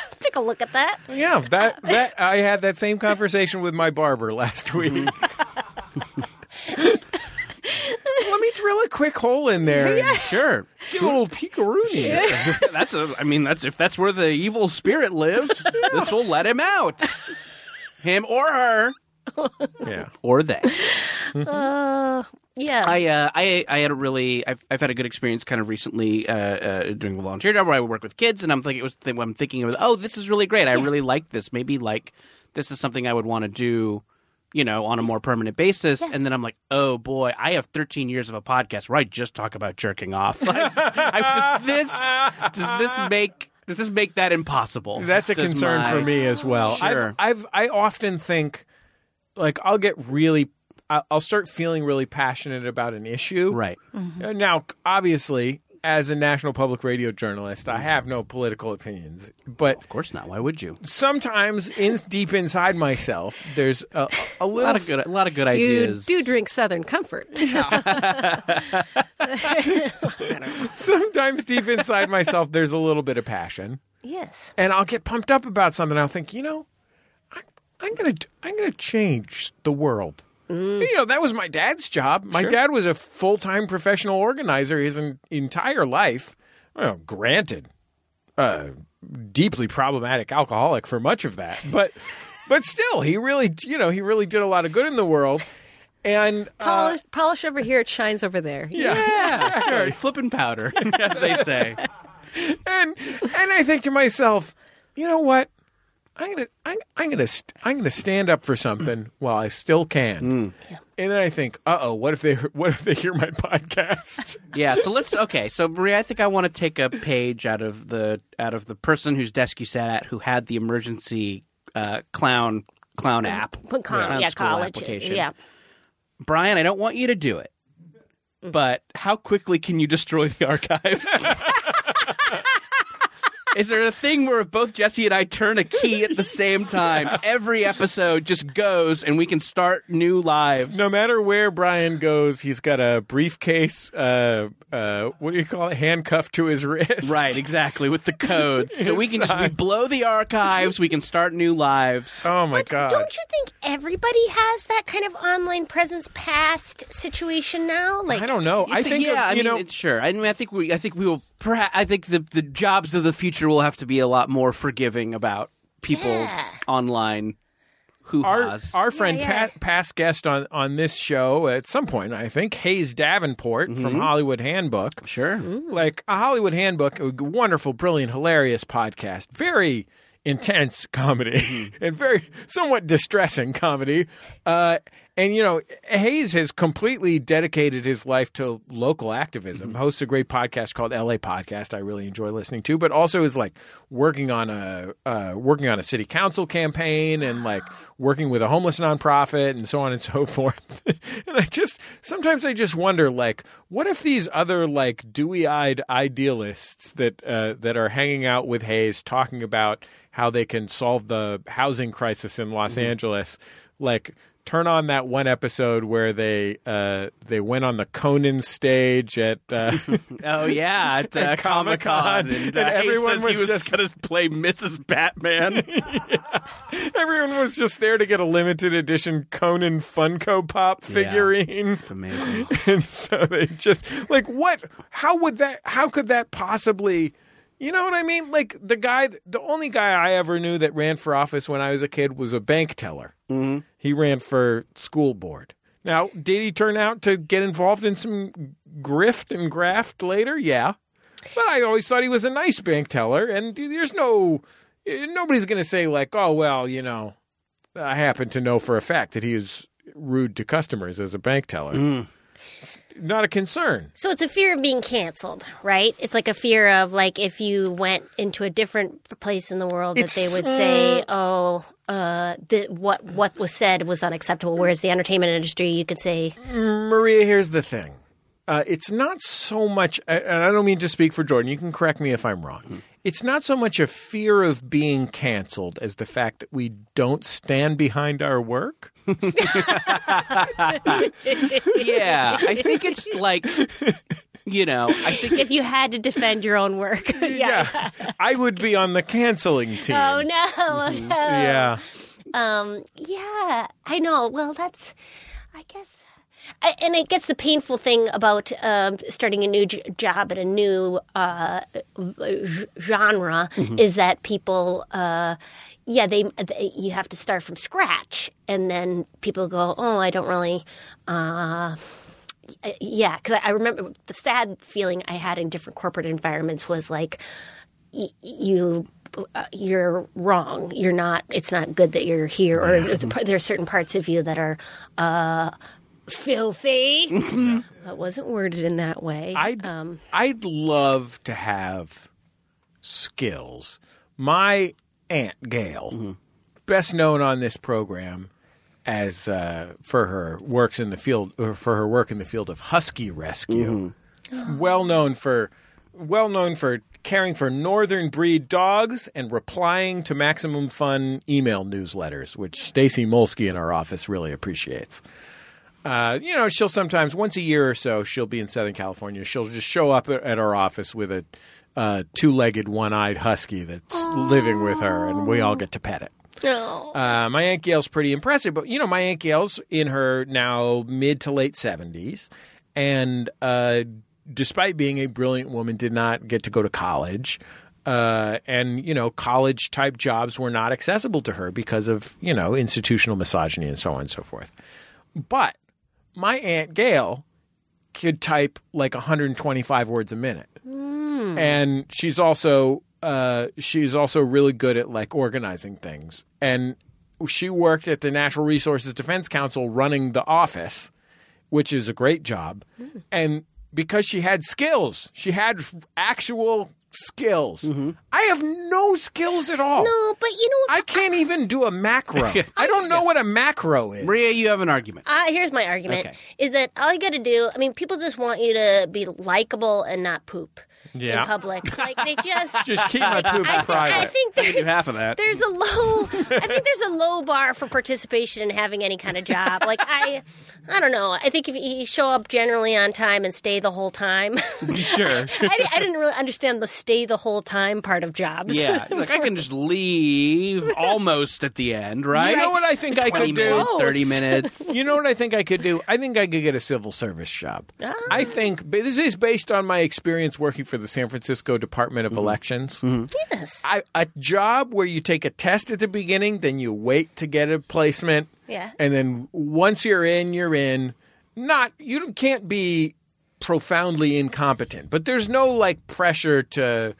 S4: take a look at that."
S2: yeah, that that I had that same conversation with my barber last week.
S3: Mm-hmm.
S2: Let me drill a quick hole in there. and
S3: Sure.
S2: Give a little peekaroo.
S3: that's a I mean that's if that's where the evil spirit lives, this will let him out. Him or her
S2: Yeah.
S3: or they.
S4: Uh, yeah.
S3: I uh, I I had a really I've, I've had a good experience kind of recently uh, uh, doing the volunteer job where I would work with kids and I'm thinking it was th- I'm thinking it was oh this is really great I really like this maybe like this is something I would want to do you know on a more permanent basis and then I'm like oh boy I have 13 years of a podcast where I just talk about jerking off like, I, does this does this make does this make that impossible
S2: That's a
S3: Does
S2: concern
S3: my-
S2: for me as well.
S3: Sure.
S2: I've, I've I often think like I'll get really I- I'll start feeling really passionate about an issue.
S3: right
S2: Uh, Now, obviously, as a national public radio journalist, I have no political opinions, but
S3: of course not why would you
S2: sometimes in deep inside myself, there's a, a
S3: a lot
S2: little
S3: of good a lot of good
S5: You
S3: ideas
S5: do drink Southern Comfort.
S2: sometimes deep inside myself there's a little bit of passion.
S4: yes.
S2: and I'll get pumped up about something. I'll think, you know, I'm, I'm gonna I'm gonna change the world. You know, that was my dad's job. My dad was a full time professional organizer his en- entire life. Well, granted, uh, deeply problematic alcoholic for much of that, but but still, he really you know he really did a lot of good in the world. And uh,
S5: polish, polish over here, it shines over there.
S3: yeah sure flipping powder as they say.
S2: and and I think to myself, you know what? I'm gonna I'm, I'm gonna st- I'm gonna stand up for something while I still can. And then I think, uh oh, what if they what if they hear my podcast?
S3: yeah so let's okay so maria i think i want to take a page out of the out of the person whose desk you sat at who had the emergency uh, clown clown app
S4: But
S3: clown
S4: college, uh, yeah,
S3: school
S4: college.
S3: application
S4: Yeah.
S3: brian i don't want you to do it
S4: Mm.
S3: but how quickly can you destroy the archives? Is there a thing where if both Jesse and I turn a key at the same time, every episode just goes and we can start new lives?
S2: No matter where Brian goes, he's got a briefcase. Uh, uh, what do you call it? Handcuffed to his wrist.
S3: Right, exactly, with the codes. So we can just we
S2: Inside.
S3: blow the archives, we can start new lives.
S2: Oh my god.
S4: Don't you think everybody has that kind of online presence past situation now? Like,
S2: I don't know. I
S3: It's a-
S2: think
S3: yeah,
S2: of,
S3: I
S2: you
S3: mean,
S2: know.
S3: it- sure. I mean, I think we, I think we will. Perhaps, I think the the jobs of the future will have to be a lot more forgiving about people's
S4: Yeah.
S3: online hoo
S2: our
S3: ha's.
S2: our friend
S4: yeah.
S2: Pat, past guest on on this show at some point I think Hayes Davenport from Hollywood Handbook
S3: Sure.
S2: like a Hollywood Handbook a wonderful brilliant hilarious podcast very intense comedy and very somewhat distressing comedy uh and you know Hayes has completely dedicated his life to local activism hosts a great podcast called LA podcast I really enjoy listening to but also is like working on a uh, working on a city council campaign and like working with a homeless nonprofit and so on and so forth. and I just sometimes I just wonder like what if these other like dewy-eyed idealists that uh, that are hanging out with Hayes talking about how they can solve the housing crisis in Los
S3: Mm-hmm.
S2: Angeles like turn on that one episode where they uh, they went on the Conan stage at uh,
S3: Oh yeah, at uh,
S2: At
S3: Comic Con,
S2: Comic-Con.
S3: and,
S2: And
S3: uh, Hayes
S2: everyone
S3: says
S2: was
S3: he was
S2: just-
S3: going to play Mrs. Batman.
S2: everyone was just there to get a limited edition Conan Funko Pop figurine.
S3: amazing.
S2: and so they just like what how would that how could that possibly you know what i mean like the guy the only guy i ever knew that ran for office when i was a kid was a bank teller mm-hmm. he ran for school board now did he turn out to get involved in some grift and graft later yeah but i always thought he was a nice bank teller and there's no nobody's going to say like oh well you know i happen to know for a fact that he is rude to customers as a bank teller not a concern.
S4: so it's a fear of being canceled, right? It's like a fear of like if you went into a different place in the world that they
S2: It's, uh,
S4: would say, "Oh, uh, the, what what was said was unacceptable." Whereas the entertainment industry, you could say,
S2: Maria, here's the thing. Uh, it's not so much, and I don't mean to speak for Jordan. You can correct me if I'm wrong. It's not so much a fear of being canceled as the fact that we don't stand behind our work.
S3: yeah, I think it's like, you know, I think
S4: "If you had to defend your own work, yeah."
S2: I would be on the canceling team.
S4: Oh no! Oh
S2: Mm-hmm.
S4: no!
S2: Yeah.
S4: Um, yeah, I know. Well, that's, I guess, I, and I guess the painful thing about um, starting a new j- job at a new uh, g- genre is that people, uh, yeah, they, they you have to start from scratch, and then people go, oh, I don't really. Uh, y- yeah, because I I remember the sad feeling I had in different corporate environments was like, y- you uh, you're wrong. You're not. It's not good that you're here. Or there are certain parts of you that are uh, filthy. That wasn't worded in that way.
S2: I'd I'd love to have skills. My aunt Gail, best known on this program as uh, for her works in the field or for her work in the field of husky rescue, well known for well known for caring for northern breed dogs and replying to maximum fun email newsletters which stacy molsky in our office really appreciates uh, you know, she'll sometimes once a year or so she'll be in Southern California. She'll just show up at, at our office with a uh, two-legged, one-eyed husky that's living with her, and we all get to pet it.
S4: no.
S2: Uh, my Aunt Gail's pretty impressive, but you know, my Aunt Gail's in her now mid to late seventies, and uh, despite being a brilliant woman, did not get to go to college. Uh, and you know, college type jobs were not accessible to her because of you know institutional misogyny and so on and so forth. But my Aunt Gail could type like 125 words a minute and she's also uh, she's also really good at like organizing things. And she worked at the Natural Resources Defense Council running the office, which is a great job. And because she had skills, she had actual skills. I have no skills at all.
S4: No, but you know what?
S2: I can't even do a macro. I don't know what a macro is.
S3: Maria, you have an argument.
S4: Uh, here's my argument
S3: Okay.
S4: is that all you got to do, I mean, people just want you to be likable and not poop
S2: Yeah.
S4: in public. Like, they just.
S2: Just keep my poop
S4: I, think, I
S2: private.
S4: think there's.
S3: half of that.
S4: There's a low. I think there's a low bar for participation in having any kind of job. Like I, I don't know. I think if you show up generally on time and stay the whole time,
S3: Sure.
S4: I, I didn't really understand the stay the whole time part of jobs.
S3: Yeah, like I can just leave almost at the end, right?
S2: You know what I think I
S3: Twenty
S2: could do?
S3: minutes, thirty minutes.
S2: You know what I think I could do? I think I could get a civil service job.
S4: Ah.
S2: I think but this is based on my experience working for the San Francisco Department of Elections.
S4: Yes.
S2: I, a job where you take a test at the beginning, then you wait to get a placement.
S4: Yeah.
S2: And then once you're in, you're in. Not you don't- can't be profoundly incompetent, but there's no like pressure to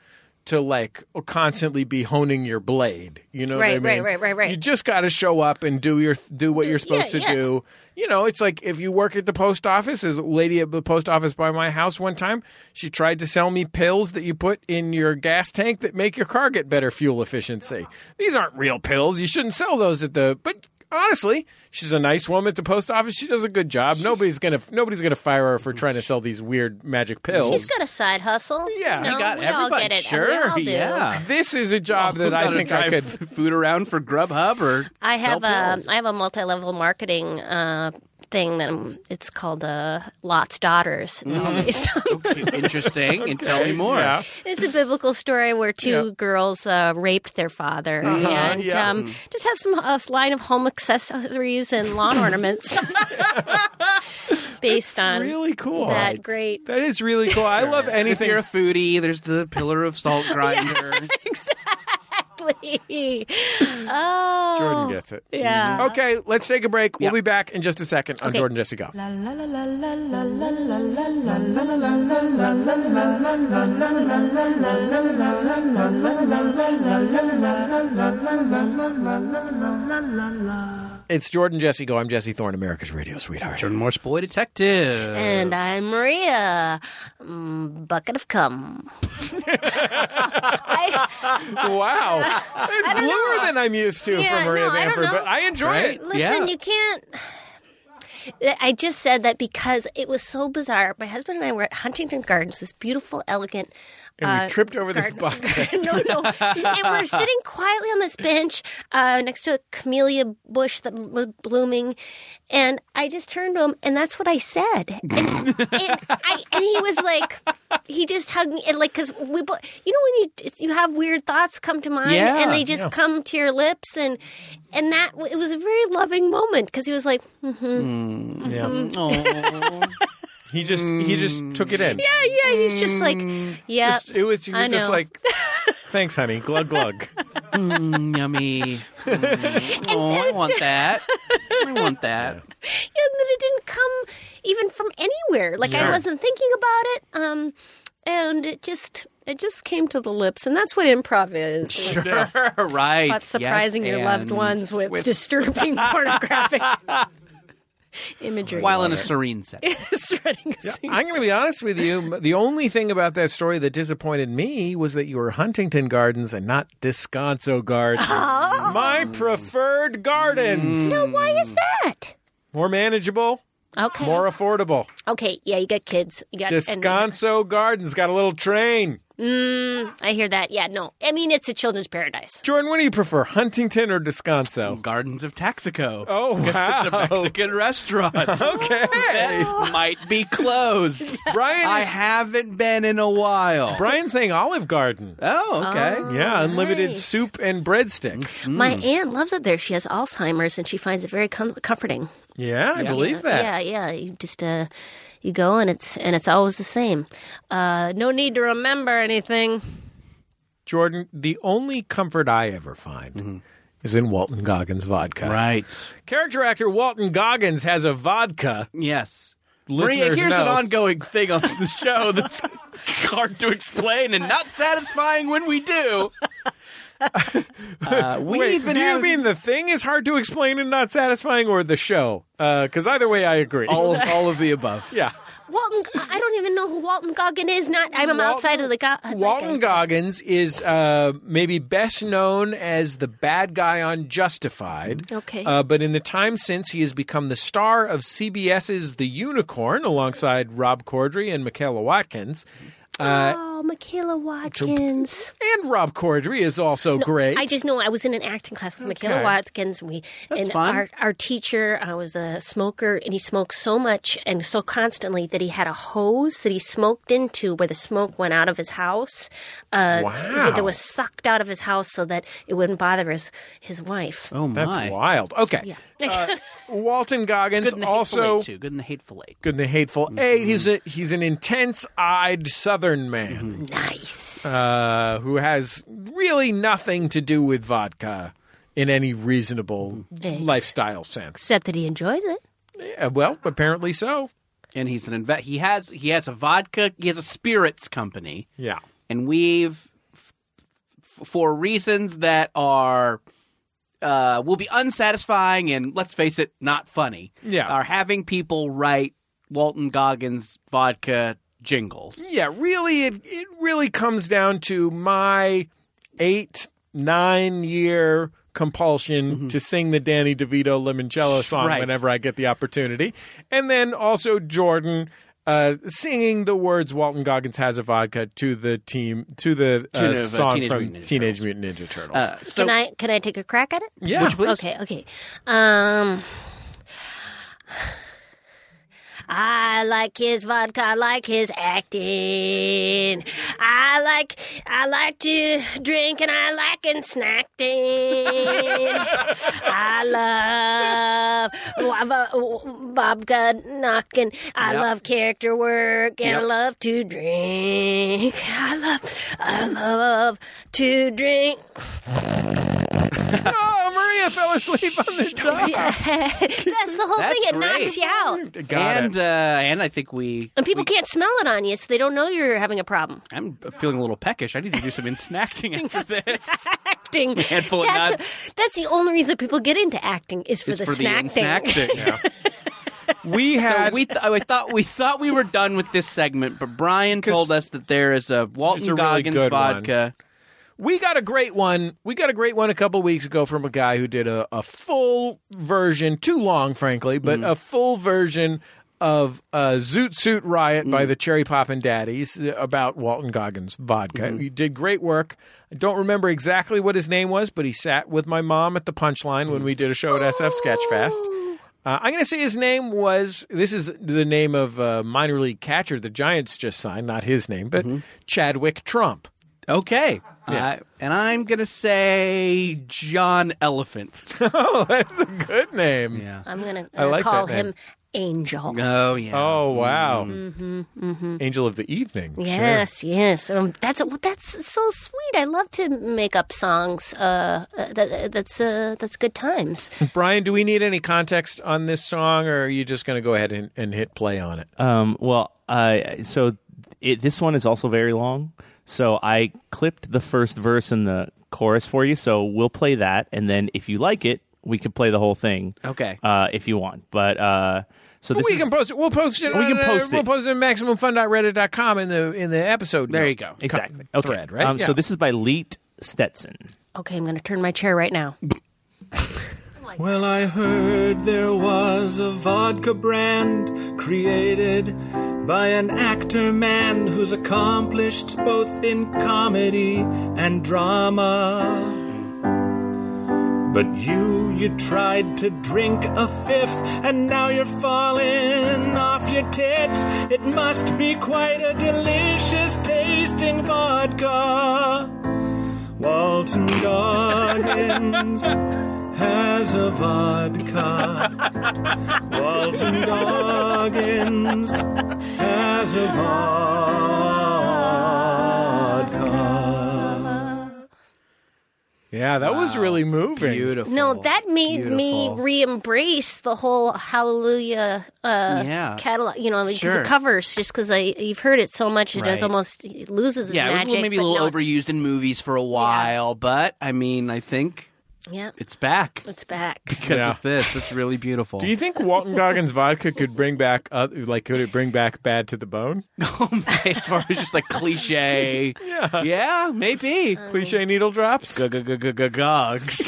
S2: to like constantly be honing your blade. You know
S4: Right,
S2: what I mean?
S4: right, right, right, right.
S2: You just got to show up and do your do what you're supposed to
S4: yeah, yeah.
S2: do. You know, it's like if you work at the post office. There's a lady at the post office by my house one time. She tried to sell me pills that you put in your gas tank that make your car get better fuel efficiency. These aren't real pills. You shouldn't sell those at the. But honestly, she's a nice woman at the post office. She does a good job. nobody's gonna nobody's gonna fire her for trying to sell these weird magic pills.
S4: She's got a side hustle.
S2: Yeah.
S4: you know,
S2: You
S3: Got
S4: we all
S3: everybody.
S4: get it.
S3: Sure.
S4: We all do.
S3: Yeah.
S2: this is a job that I
S3: Gotta
S2: think I
S3: drive
S2: could.
S3: f- food around for Grubhub or
S4: I have um,
S3: sell
S4: a
S3: pills.
S4: I have a multi level marketing uh, thing that I'm, it's called uh, Lot's Daughters.
S2: Mm-hmm.
S4: It's all based on-
S3: interesting and tell me more.
S2: Yeah.
S4: It's a biblical story where two girls uh, raped their father and
S2: Uh-huh. yeah.
S4: um, just have some a line of home accessories and lawn ornaments based on
S2: Really cool.
S4: that great.
S2: That is really cool. I love
S3: If
S2: anything
S3: you're a foodie, there's the pillar of salt grinder.
S4: oh,
S2: Jordan gets it.
S4: yeah.
S2: Mm-hmm. Okay, let's take a break. We'll
S3: Yeah.
S2: be back in just a second on
S4: Uh-huh. Okay.
S2: Jordan Jesse Go. It's Jordan Jesse Go. I'm Jesse Thorne, America's radio sweetheart.
S3: Jordan Morse, boy detective.
S4: And uh, I'm Maria. Mm, bucket of cum. I,
S2: Wow. It's bluer than I'm used to
S4: Yeah,
S2: from Maria
S4: no, I don't
S2: Bamford,
S4: know.
S2: but I enjoy
S3: Right?
S2: it.
S4: listen,
S3: Yeah.
S4: you can't. I just said that because it was so bizarre. My husband and I were at Huntington Gardens, this beautiful, elegant uh,
S2: And we tripped over this bucket.
S4: no, no. and we're sitting quietly on this bench uh, next to a camellia bush that was blooming. And I just turned to him, and that's what I said. And, and, I, and he was like, he just hugged me. And like, because we, bo- you know, when you you have weird thoughts come to mind,
S3: Yeah,
S4: and they just
S2: yeah.
S4: come to your lips, and and that it was a very loving moment because he was like, mm-hmm.
S2: Yeah.
S3: Oh.
S2: He just he just took it in.
S4: Mm. yeah, yeah. He's just like, yeah.
S2: Just- it was he
S4: I
S2: was just
S4: know.
S2: like thanks honey. Glug glug.
S3: Mm, yummy. Mm. Oh, I want that. I want that.
S4: and that it didn't come even from anywhere. Like
S2: Sure.
S4: I wasn't thinking about it. Um, and it just it just came to the lips, and that's what improv is. It's just
S3: right.
S4: about surprising
S3: yes,
S4: your loved
S3: and
S4: ones with, disturbing pornographic imagery
S3: While in a serene setting.
S4: spreading. seeds.
S2: I'm going to be honest with you. The only thing about that story that disappointed me was that you were Huntington Gardens and not Descanso Gardens.
S4: Oh.
S2: My preferred gardens.
S4: So why is that?
S2: More manageable,
S4: Okay.
S2: more affordable.
S4: okay. Yeah, you got kids. You got. and-
S2: Descanso Gardens got a little train.
S4: I hear that. Yeah. No. I mean, it's a children's paradise.
S2: Jordan, what do you prefer, Huntington or Descanso?
S3: Gardens of Taxico.
S2: Oh,
S3: It's a
S2: wow.
S3: Mexican restaurant.
S2: Okay.
S3: That might be closed. I
S2: Brian is,
S3: haven't been in a while.
S2: Brian's saying Olive Garden.
S3: Oh, okay.
S2: Yeah, unlimited
S4: nice.
S2: soup and breadsticks.
S3: Mm.
S4: My aunt loves it there. She has Alzheimer's, and she finds it very com- comforting.
S2: Yeah, I believe that.
S4: uh, Yeah, yeah. You just uh, you go and it's and it's always the same. Uh, no need to remember anything.
S2: Jordan, the only comfort I ever find is in Walton Goggins vodka.
S3: Mm-hmm. Right.
S2: Character actor Walton Goggins has a vodka.
S3: Yes.
S2: Listeners
S3: Maria, here's
S2: know.
S3: an ongoing thing on the show that's hard to explain and not satisfying when we do. Uh, we
S2: Wait,
S3: even
S2: do
S3: have
S2: you mean the thing is hard to explain and not satisfying, or the show? Because Uh, either way, I agree.
S3: all of, all of the above.
S2: yeah,
S4: Walton. I don't even know who Walton Goggin is. Not I'm outside of the go- outside
S2: Walton
S4: guys.
S2: Goggins is uh, maybe best known as the bad guy on Justified.
S4: Okay.
S2: Uh, but in the time since, he has become the star of CBS's The Unicorn alongside Rob Corddry and Michaela Watkins.
S4: oh, Michaela Watkins.
S2: And Rob Corddry is also great.
S4: I just know I was in an acting class with
S2: Okay.
S4: Michaela Watkins. We and
S3: fun.
S4: our our teacher, I was a smoker, and he smoked so much and so constantly that he had a hose that he smoked into where the smoke went out of his house. Uh,
S2: Wow.
S4: That was sucked out of his house so that it wouldn't bother his his wife.
S3: Oh Uh, my!
S2: That's wild. Okay. Walton Goggins
S3: Good in the hateful
S2: also
S3: eight too. Good in the hateful eight.
S2: good in the hateful eight. He's a he's an intense-eyed Southern
S3: Mm-hmm.
S2: man
S4: nice.
S2: uh, who has really nothing to do with vodka in any reasonable
S4: Yes.
S2: lifestyle sense.
S4: Except that he enjoys it.
S2: Yeah, well, apparently so.
S3: And he's an inve- He has he has a vodka. He has a spirits company.
S2: Yeah.
S3: and we've f- for reasons that are uh, will be unsatisfying and let's face it, not funny.
S2: Yeah.
S3: are having people write Walton Goggins vodka jingles.
S4: Mm.
S2: Yeah, really it it really comes down to my 8 9 year compulsion to sing the Danny DeVito Limoncello song
S3: Mm-hmm. Right.
S2: whenever I get the opportunity. And then also Jordan uh, singing the words Walton Goggins has a vodka to the team to the
S3: Tune
S2: uh,
S3: of, uh,
S2: song
S3: Teenage
S2: from
S3: Mutant Ninja
S2: Teenage Mutant Ninja Turtles.
S3: Uh, so
S4: can I can I take a crack at it?
S2: yeah.
S4: Okay, okay. Um I like his vodka, I like his acting. I like I like to drink and I like and snacking. I love wa- wa- vodka knocking. I
S3: Yep.
S4: love character work and I
S3: Yep.
S4: love to drink. I love I love to drink.
S2: Oh, Maria fell asleep on the job.
S4: Yeah. That's the whole
S3: That's
S4: thing. It
S3: great.
S4: knocks you out.
S2: Got it.
S3: and uh, and I think we.
S4: And people can't smell it on you, so they don't know you're having a problem.
S3: I'm feeling a little peckish. I need to do some insnacting after this.
S4: Acting.
S3: Handful of
S4: that's,
S3: nuts.
S4: that's the only reason people get into acting is for
S3: It's
S4: the
S3: for the
S4: snack thing.
S3: insnacting. Yeah.
S2: we had
S3: So we th- I thought we thought we were done with this segment, but Brian told us that there is a Walton
S2: It's a really
S3: Goggins
S2: good one.
S3: vodka.
S2: We got a great one. We got a great one a couple weeks ago from a guy who did a, a full version, too long, frankly, but a full version of uh, Zoot Suit Riot by the Cherry Poppin' Daddies uh, about Walton Goggins vodka. He did great work. I don't remember exactly what his name was, but he sat with my mom at the punchline when we did a show at SF Sketchfest. Uh, I'm going to say his name was. This is the name of uh, minor league catcher the Giants just signed, not his name, but Chadwick Trump.
S3: Okay. Uh, and I'm going to say John Elephant.
S2: Oh, that's a good name.
S4: I'm gonna
S2: I
S4: uh,
S2: like
S4: call
S2: that name.
S4: him Angel.
S3: Oh, yeah.
S2: Oh, wow.
S6: Mm-hmm,
S2: Angel of the Evening.
S4: Yes, yes. Um, that's well, that's so sweet. I love to make up songs. Uh, uh, that, that's uh, that's good times.
S2: Sure. Brian, do we need any context on this song, or are you just going to go ahead and, and hit play on it?
S6: Um, well, uh, so it, this one is also very long. So I clipped the first verse and the chorus for you. So we'll play that, and then if you like it, we could play the whole thing.
S3: Okay.
S6: Uh, if you want, but uh, so this
S2: we
S6: is,
S2: can post it. We'll post it.
S6: We
S2: on,
S6: can
S2: uh,
S6: post
S2: We'll
S6: it.
S2: post it at maximumfun.reddit.com in the in the episode.
S3: There
S2: note.
S3: you go.
S6: exactly
S2: co-
S6: okay.
S2: thread, right?
S6: Um,
S2: Yeah.
S6: So this is by Leet Stetson.
S4: Okay, I'm gonna turn my chair right now.
S7: Well, I heard there was a vodka brand created by an actor man who's accomplished both in comedy and drama. But you, you tried to drink a fifth, and now you're falling off your tits. It must be quite a delicious tasting vodka. Walton Goggins has a vodka. Walton Goggins has a vodka.
S2: Yeah, that was really moving.
S3: Beautiful.
S4: No, that made me
S3: Beautiful.
S4: re-embrace the whole Hallelujah uh,
S3: Yeah.
S4: catalog. You know, because
S3: Sure.
S4: the covers, just because I you've heard it so much, it
S3: Right.
S4: almost it loses its
S3: Yeah, it was a
S4: magic.
S3: little, maybe a
S4: but
S3: little
S4: now it's-
S3: overused in movies for a while, but I mean, I think
S4: Yeah,
S3: It's back
S4: it's back.
S3: because
S2: Yeah.
S3: of this. It's really beautiful.
S2: Do you think Walton Goggins vodka could bring back, uh, like, could it bring back bad to the bone?
S3: oh my, as far as just like cliche. yeah. maybe.
S6: Uh-huh.
S2: Cliche needle drops?
S3: Gogs.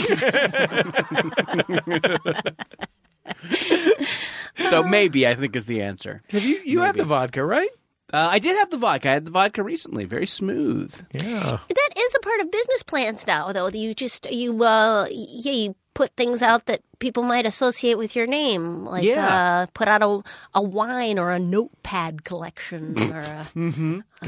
S3: so maybe I think is the answer.
S2: Have you, you had the vodka, right?
S3: Uh, I did have the vodka. I had the vodka recently. Very smooth.
S2: Yeah.
S4: That is a part of business plans now, though. You just you uh yeah you put things out that people might associate with your name, like
S3: Yeah.
S4: uh, put out a a wine or a notepad collection or a,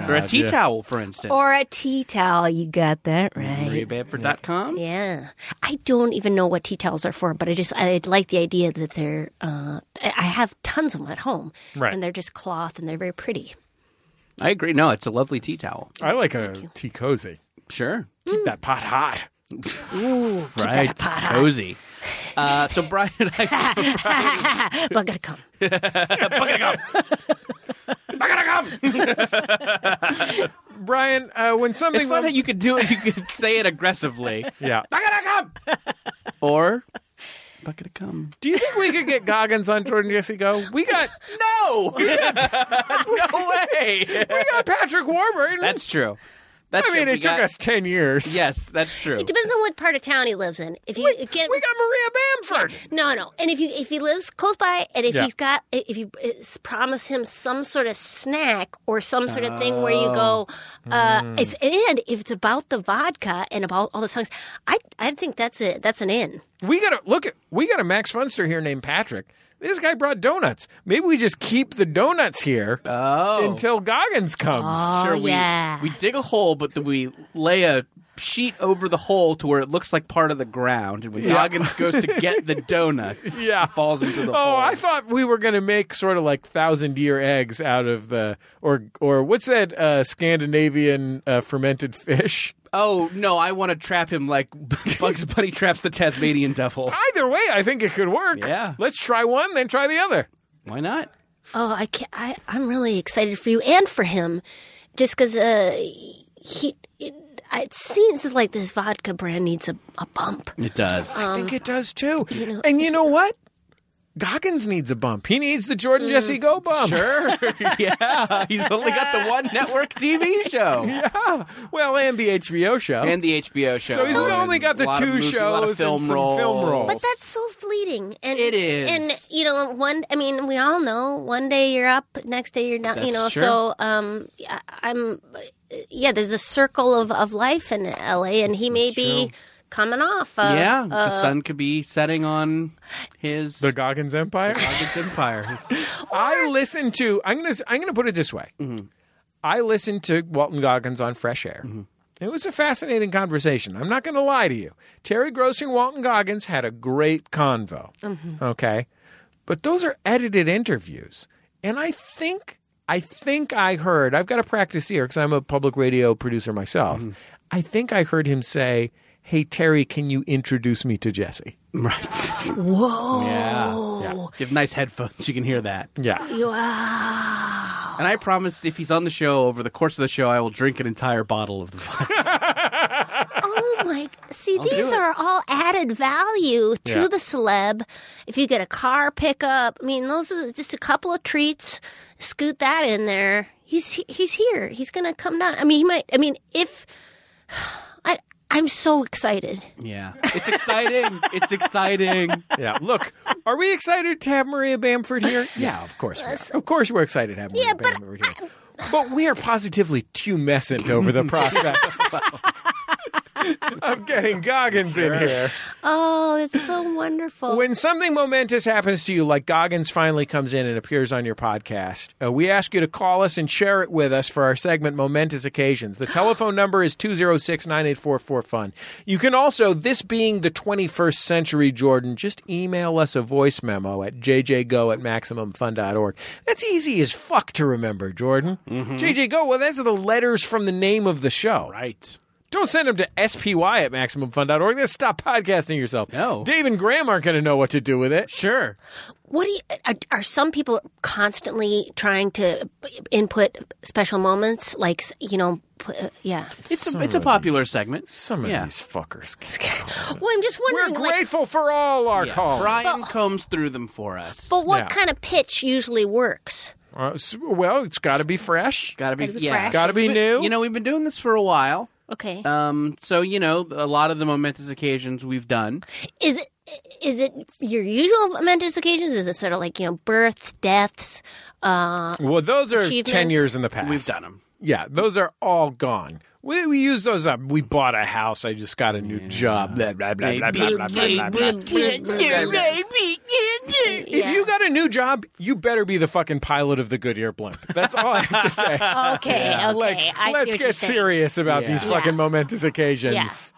S3: or a tea towel, for instance.
S4: or a tea towel. You got that right.
S3: Maryabamford.com.
S4: Yeah, I don't even know what tea towels are for, but I just I like the idea that they're. Uh, I I have tons of them at home,
S2: Right.
S4: and they're just cloth and they're very pretty.
S3: I agree. No, it's a lovely tea towel.
S2: I like a tea cozy.
S3: Sure.
S2: Keep that pot hot.
S3: Right. Cozy. Uh, so, Brian, I,
S4: but I gotta come.
S2: Brian, uh, when something.
S3: it's fun how you could do it. You could say it aggressively.
S2: yeah.
S3: Or, bucket of cum.
S2: Do you think we could get Goggins on Jordan Jesse Go? We got
S3: No! no way!
S2: we got Patrick Warburton.
S3: That's true. That's
S2: I mean,
S3: true.
S2: it
S3: We
S2: took
S3: got-
S2: us ten years.
S3: Yes, that's true.
S4: It depends on what part of town he lives in. If you get
S2: we got Maria Bamford.
S4: No, no. And if you if he lives close by, and if
S2: Yeah.
S4: he's got if you uh, s- promise him some sort of snack or some sort of thing where you go,
S2: Oh.
S4: uh,
S2: Mm.
S4: it's, and if it's about the vodka and about all the songs, I I think that's a that's an in.
S2: We got a look at we got a Max Funster here named Patrick. This guy brought donuts. Maybe we just keep the donuts here
S3: oh.
S2: until Goggins comes.
S3: sure,
S4: Oh,
S3: we,
S4: yeah.
S3: we dig a hole, but then we lay a sheet over the hole to where it looks like part of the ground. And when Goggins goes to get the donuts,
S2: Yeah.
S3: it falls into the hole.
S2: Oh, I thought we were going to make sort of like thousand year eggs out of the or or what's that uh, Scandinavian uh, fermented fish?
S3: Oh, no, I want to trap him like Bugs Bunny traps the Tasmanian devil.
S2: Either way, I think it could work.
S3: Yeah.
S2: let's try one, then try the other.
S3: Why not?
S4: Oh, I can I I'm really excited for you and for him, just because uh, he. It, it seems like this vodka brand needs a, a bump.
S3: It does.
S2: I think it does too. and you know what? Mm. Goggins needs a bump. He needs the Jordan Jesse Go bump.
S3: Sure. yeah. He's only got the one network TV show.
S2: Well, and the HBO show.
S3: And the HBO show.
S2: so he's
S3: And
S2: only got the
S3: a lot of
S2: two
S3: movies, a lot of
S2: shows and some film roles.
S4: But that's so fleeting. And
S3: It is.
S4: And you know, one I mean, we all know one day you're up, next day you're down, you know.
S3: That's true.
S4: So um I- I'm yeah, there's a circle of of life in LA and he may be coming off. Uh,
S3: yeah,
S4: uh,
S3: the sun could be setting on his
S2: the Goggins Empire.
S3: Goggins empire.
S2: I listen to. I'm gonna. I'm gonna put it this way. I listened to Walton Goggins on Fresh Air. It was a fascinating conversation. I'm not going to lie to you. Terry Gross and Walton Goggins had a great convo. Okay, but those are edited interviews, and I think I think I heard. I've got to practice here because I'm a public radio producer myself. I think I heard him say. Hey Terry, can you introduce me to Jesse?
S3: right.
S4: Whoa.
S3: Yeah.
S2: Yeah.
S3: If you have nice headphones, you can hear that.
S2: Yeah.
S4: Wow.
S3: And I promise if he's on the show over the course of the show, I will drink an entire bottle of the vodka.
S4: Oh my! See,
S3: do
S4: these
S3: it.
S4: are all added value to
S2: Yeah.
S4: the celeb. If you get a car pickup, I mean, those are just a couple of treats. Scoot that in there. He's he's here. He's gonna come down. I mean, he might. I mean, if I I'm so excited.
S3: yeah. It's exciting. it's exciting.
S2: Yeah. Look, are we excited to have Maria Bamford here? Yeah, of course we are. Of course we're excited to have Maria
S4: Yeah, but
S2: Bamford here. But we are positively tumescent over the prospect of getting Goggins in here.
S4: Oh, that's so wonderful.
S2: When something momentous happens to you, like Goggins finally comes in and appears on your podcast, uh, we ask you to call us and share it with us for our segment Momentous Occasions. The telephone number is 206 984 fun You can also, this being the 21st century, Jordan, just email us a voice memo at jjgo at maximumfun.org. That's easy as fuck to remember, Jordan. JJGo, well, those are the letters from the name of the show.
S3: Right.
S2: Don't send them to spy at maximumfun.org. Then stop podcasting yourself.
S3: No.
S2: Dave and Graham aren't going to know what to do with it.
S3: Sure.
S4: What do you, are, are some people constantly trying to input special moments? Like you know, put, uh, yeah.
S3: It's
S2: Some
S3: a, it's a
S2: of
S3: popular segment.
S2: Some of
S3: yeah.
S2: these fuckers.
S4: Well, I'm just
S2: We're
S4: wondering. like,
S2: grateful for all our
S3: Yeah.
S2: callers.
S3: Brian combs through them for us.
S4: but what
S2: Yeah.
S4: kind of pitch usually works?
S2: Uh, s- well, it's got to be fresh.
S3: Gotta be,
S4: Gotta be
S3: yeah.
S4: fresh.
S2: Gotta be
S3: But,
S2: new.
S3: You know, we've been doing this for a while.
S4: Okay,
S3: Um, so you know, a lot of the momentous occasions we've done.
S4: is it is it your usual momentous occasions? Is it sort of like you know, birth, deaths? Uh,
S2: Well, those are
S4: Achievements.
S2: ten years in the past.
S3: We've done them.
S2: Yeah, those are all gone. We, we used those up. We bought a house. I just got a new job. Blah, blah, blah, blah, blah, blah, blah, blah, blah. If
S4: yeah.
S2: you got a new job, you better be the fucking pilot of the Goodyear blimp. That's all I have to say.
S4: okay, okay,
S2: like,
S4: I see
S2: let's
S4: what
S2: get
S4: you're saying.
S2: serious about these
S4: Yeah.
S2: fucking momentous occasions.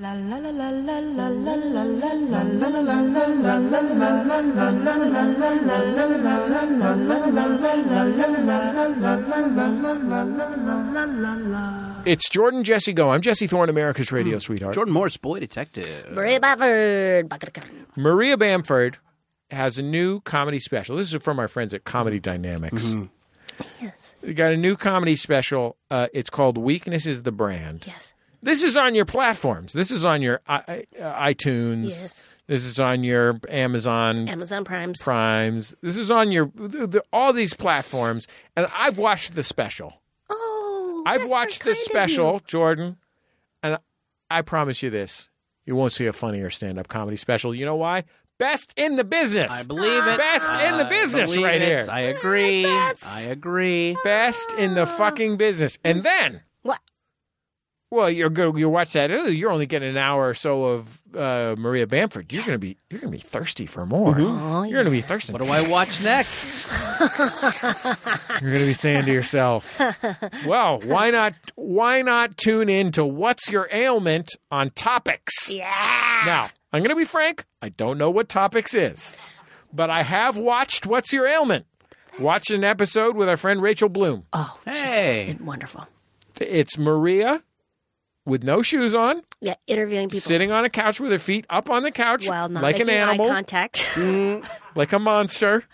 S1: La la la la la la la la la la la la la la la la
S2: It's Jordan Jesse Go. I'm Jesse Thorne, America's radio sweetheart.
S3: Jordan Morris, boy detective.
S4: Maria Bamford. Bakarakan.
S2: Maria Bamford has a new comedy special. This is from our friends at Comedy Dynamics. They got a new comedy special. Uh, it's called Weakness is the Brand.
S4: Yes.
S2: This is on your platforms. This is on your I- I- iTunes.
S4: Yes.
S2: This is on your Amazon
S4: Amazon Prime's.
S2: Primes. This is on your the, the, all these platforms. And I've watched the special.
S4: oh.
S2: I've
S4: that's
S2: watched
S4: very
S2: this
S4: kind of you.
S2: special, Jordan, and I promise you this: you won't see a funnier stand-up comedy special. You know why? Best in the business.
S3: I believe it.
S2: Best in the
S3: I
S2: business
S3: believe
S2: right
S3: it.
S2: here.
S3: I agree.
S4: That's-
S3: I agree.
S2: Best in the fucking business. And then
S4: What?
S2: Well, you're go you watch that. Ooh, you're only getting an hour or so of uh, Maria Bamford. You're gonna be you're gonna be thirsty for more.
S4: Mm-hmm.
S2: you're gonna be thirsty.
S3: What do I watch next?
S2: You're going to be saying to yourself, "Well, why not? Why not tune in to what's your ailment on topics?" Yeah. Now, I'm going to be frank. I don't know what topics is, but I have watched what's your ailment. Watched an episode with our friend Rachel Bloom.
S4: Oh,
S3: Hey.
S4: wonderful.
S2: It's Maria with no shoes on,
S4: Yeah, interviewing people
S2: sitting on a couch with her feet up on the couch,
S4: while not
S2: like an
S4: making
S2: animal,
S4: eye contact.
S2: like a monster.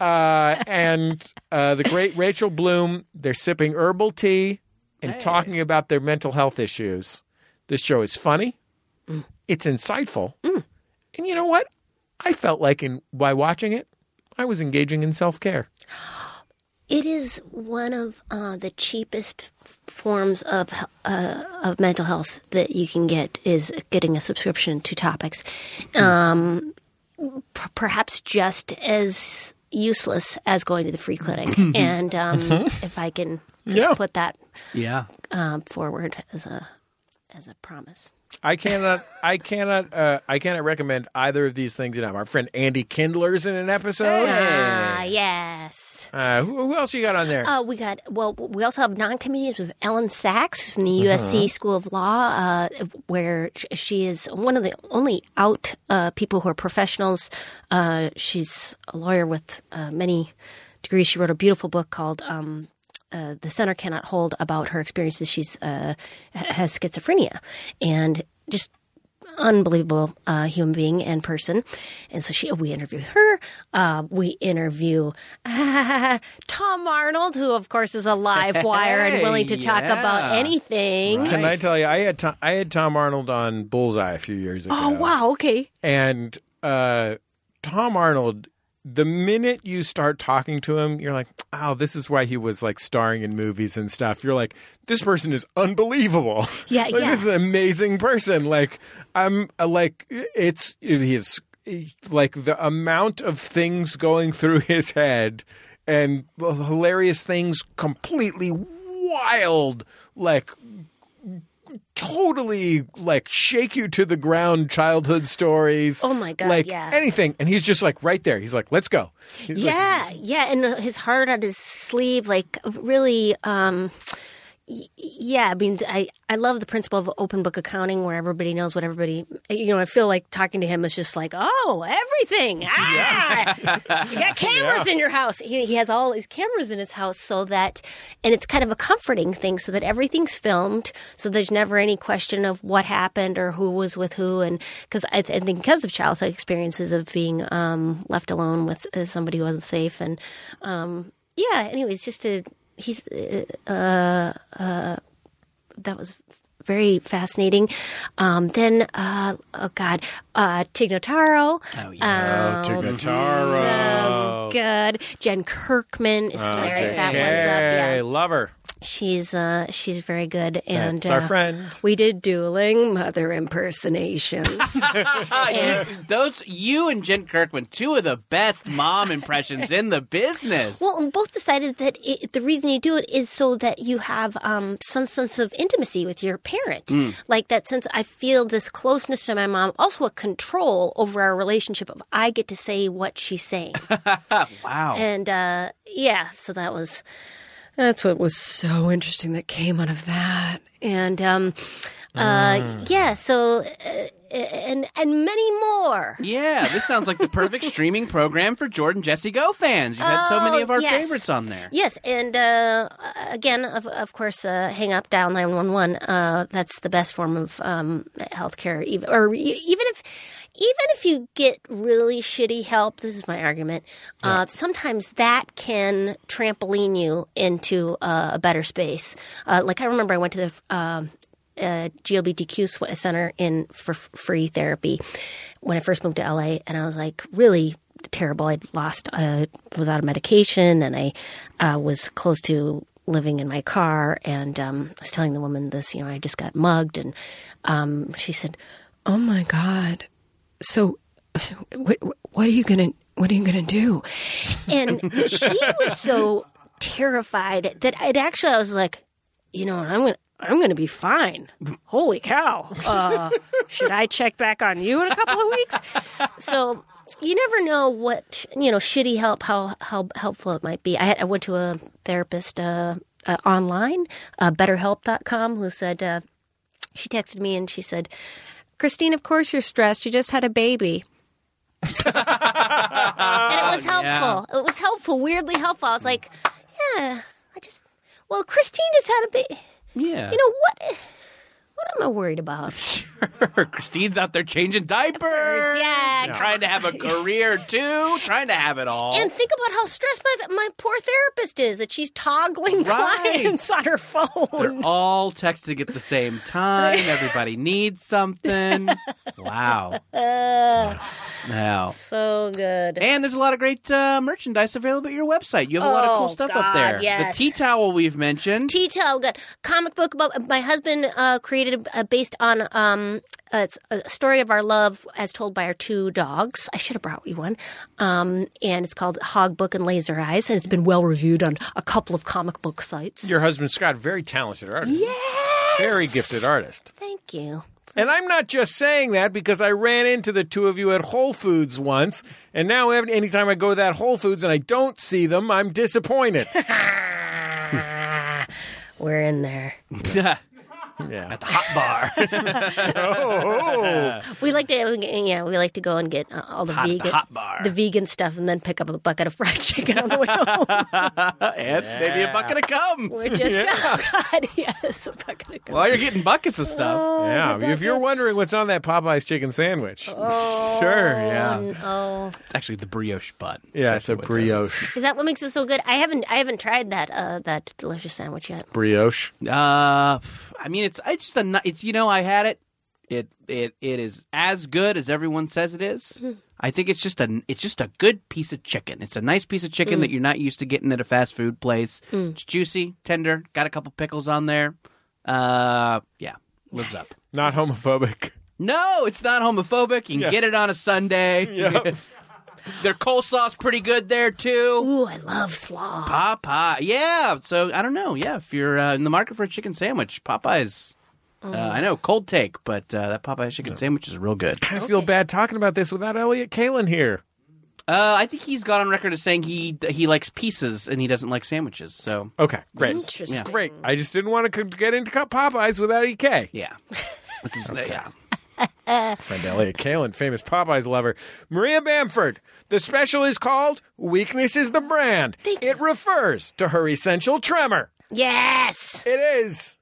S2: Uh, and uh, the great Rachel Bloom, they're sipping herbal tea and talking about their mental health issues. This show is funny, it's insightful, and you know what? I felt like in by watching it, I was engaging in self care.
S4: It is one of uh, the cheapest forms of he- uh, of mental health that you can get is getting a subscription to Topics.
S2: Hmm.
S4: Um, per- perhaps just as useless as going to the free clinic. and um, if I can just
S2: Uh-huh. Yeah.
S4: put that
S3: Yeah.
S4: um, forward as a as a promise.
S2: I cannot, I cannot, uh, I cannot recommend either of these things enough. Our friend Andy Kindler's in an episode.
S4: Ah, yes.
S2: Uh, who, who else you got on there?
S4: Uh, we got well. We also have non-comedians with Ellen Sachs from the USC School of Law, uh, where sh- she is one of the only out uh, people who are professionals. Uh, she's a lawyer with uh, many degrees. She wrote a beautiful book called um, uh, "The Center Cannot Hold" about her experiences. She's uh, ha- has schizophrenia, and just unbelievable uh, human being and person. And so she, we interview her. Uh, we interview Tom Arnold, who of course is a live wire and willing to talk
S3: yeah.
S4: about anything.
S2: Can I tell you, I had Tom, I had Tom Arnold on Bullseye a few years ago.
S4: Oh wow! Okay.
S2: And uh, Tom Arnold, the minute you start talking to him, you're like, "Oh, this is why he was like starring in movies and stuff." You're like, "This person is unbelievable.
S4: Yeah,
S2: like,
S4: yeah.
S2: This is an amazing person. Like, I'm uh, like, it's he's like the amount of things going through his head and hilarious things, completely wild, like." totally like shake you to the ground childhood stories.
S4: Oh my God,
S2: Like
S4: yeah.
S2: anything. And he's just like right there. He's like, let's go. He's like,
S4: yeah, yeah, and uh, his heart on his sleeve, like really. Um, y- yeah, I mean, I I love the principle of open book accounting, where everybody knows what everybody. You know, I feel like talking to him is just like, oh, everything. Ah, you got cameras
S8: Yeah.
S4: in your house. He, he has all his cameras in his house, so that, and it's kind of a comforting thing, so that everything's filmed, so there's never any question of what happened or who was with who, and because I, th- I think because of childhood experiences of being um, left alone with uh, somebody who wasn't safe, and um, yeah, anyways, just a he's uh, uh, that was very fascinating. Um, then, uh, oh God, uh, Tignataro. Oh, yeah.
S2: Tignataro.
S4: So good. Jen Kirkman is hilarious.
S2: okay.
S4: That one's up. Yeah.
S2: love her.
S4: She's uh, she's very good, and
S2: That's our
S4: uh,
S2: friend.
S5: We did dueling mother impersonations.
S3: Uh, You- those you and Jen Kirkman, two of the best mom impressions in the business.
S4: Well, and both decided that it, the reason you do it is so that you have um, some sense of intimacy with your parent.
S3: Mm.
S4: Like that sense, I feel this closeness to my mom, also a control over our relationship of I get to say what she's saying.
S3: wow.
S4: And uh, yeah, so that was
S5: That's what was so interesting that came out of that.
S4: and um, uh, yeah, so uh, and and many more.
S3: Yeah, this sounds like the perfect streaming program for Jordan Jesse Go fans. You've had so many
S4: Oh,
S3: of our
S4: yes.
S3: favorites on there.
S4: Yes, and uh, again, of, of course, uh, hang up, dial nine one one. uh, That's the best form of um, healthcare, even or e- even if even if you get really shitty help. This is my argument. Uh, sometimes that can trampoline you into uh, a better space. Uh, like I remember, I went to the. um uh, GLBTQ sw- center in for f- free therapy when I first moved to LA, and I was like really terrible. I'd lost, uh, was out of medication, and I uh, was close to living in my car. And um, I was telling the woman this, you know, I just got mugged, and um, she said,
S5: Oh my god. So what what are you going to what are you going to do?
S4: and she was so terrified that it actually I was like, you know, I'm gonna I'm gonna be fine. Holy cow! Uh, should I check back on you in a couple of weeks? So you never know what you know shitty help how how helpful it might be. I had, I went to a therapist uh, uh, online, uh, BetterHelp.com, who said. Uh, she texted me and she said, Christine, of course you're stressed. You just had a baby. and it was helpful. It was helpful, weirdly helpful. I was like, yeah, I just, well, Christine just had a baby.
S3: Yeah.
S4: You know what? What am I worried about?
S3: Christine's out there changing diapers.
S4: yeah.
S3: Trying to have a career too. Trying to have it all.
S4: And think about how stressed my my poor therapist is that she's toggling
S3: Right.
S4: clients on her phone.
S3: They're all texting at the same time. Everybody needs something. Wow.
S4: Uh,
S3: Wow.
S4: so good.
S3: And there's a lot of great uh, merchandise available at your website. You have a lot of cool
S4: Oh,
S3: stuff
S4: God,
S3: up there.
S4: yes.
S3: The tea towel we've mentioned.
S4: Tea towel got comic book about my husband uh, created uh, based on um, uh, it's a story of our love as told by our two dogs. I should have brought you one, um, and it's called Hog Book and Laser Eyes, and it's been well reviewed on a couple of comic book sites.
S2: Your husband Scott, very talented artist. Yes. Very gifted artist.
S4: Thank you.
S2: And I'm not just saying that because I ran into the two of you at Whole Foods once, and now ev- anytime I go to that Whole Foods and I don't see them, I'm disappointed.
S4: Ah, We're in there.
S3: yeah.
S2: At
S4: Oh
S3: the hot bar.
S2: oh.
S4: We like to, yeah, we like to go and get uh, all the
S3: Hot at the
S4: vegan,
S3: hot bar.
S4: the vegan stuff, and then pick up a bucket of fried chicken on the way home.
S3: and maybe a bucket of cum.
S4: We're just, oh God, yes, a bucket of.
S3: Well, you're getting buckets of stuff.
S2: yeah, if you're wondering what's on that Popeye's chicken sandwich,
S4: Oh,
S2: sure, yeah,
S4: Oh,
S3: It's actually the brioche bun.
S2: yeah, it's a brioche,
S4: Is that what makes it so good? I haven't I haven't tried that uh, that delicious sandwich yet.
S2: brioche.
S3: Uh, pff, I mean, it's it's just a ni- it's you know I had it. It it it is as good as everyone says it is. I think it's just a it's just a good piece of chicken. It's a nice piece of chicken
S4: Mm.
S3: that you're not used to getting at a fast food place.
S4: Mm.
S3: It's juicy, tender, got a couple pickles on there. Uh, yeah, lives up.
S2: Not homophobic.
S3: No, it's not homophobic. You can
S2: Yeah.
S3: get it on a Sunday.
S2: Yep.
S3: Their coleslaw's pretty good there too.
S4: Ooh, I love slaw.
S3: Popeye. Yeah. So I don't know. Yeah, if you're uh, in the market for a chicken sandwich, Popeye's Uh,
S4: Mm.
S3: I know, cold take, but uh, that Popeye chicken sandwich is real good.
S2: I feel bad talking about this without Elliot Kalin here.
S3: Uh, I think he's got on record as saying he he likes pieces and he doesn't like sandwiches. So
S2: okay, great,
S3: Interesting.
S2: great. I just didn't want to c- get into co- Popeyes without E EK.
S3: Yeah, That's his name. yeah.
S2: Friend Elliot Kalin, famous Popeyes lover, Maria Bamford. The special is called "Weakness Is the Brand." it refers to her essential tremor.
S4: Yes,
S2: it is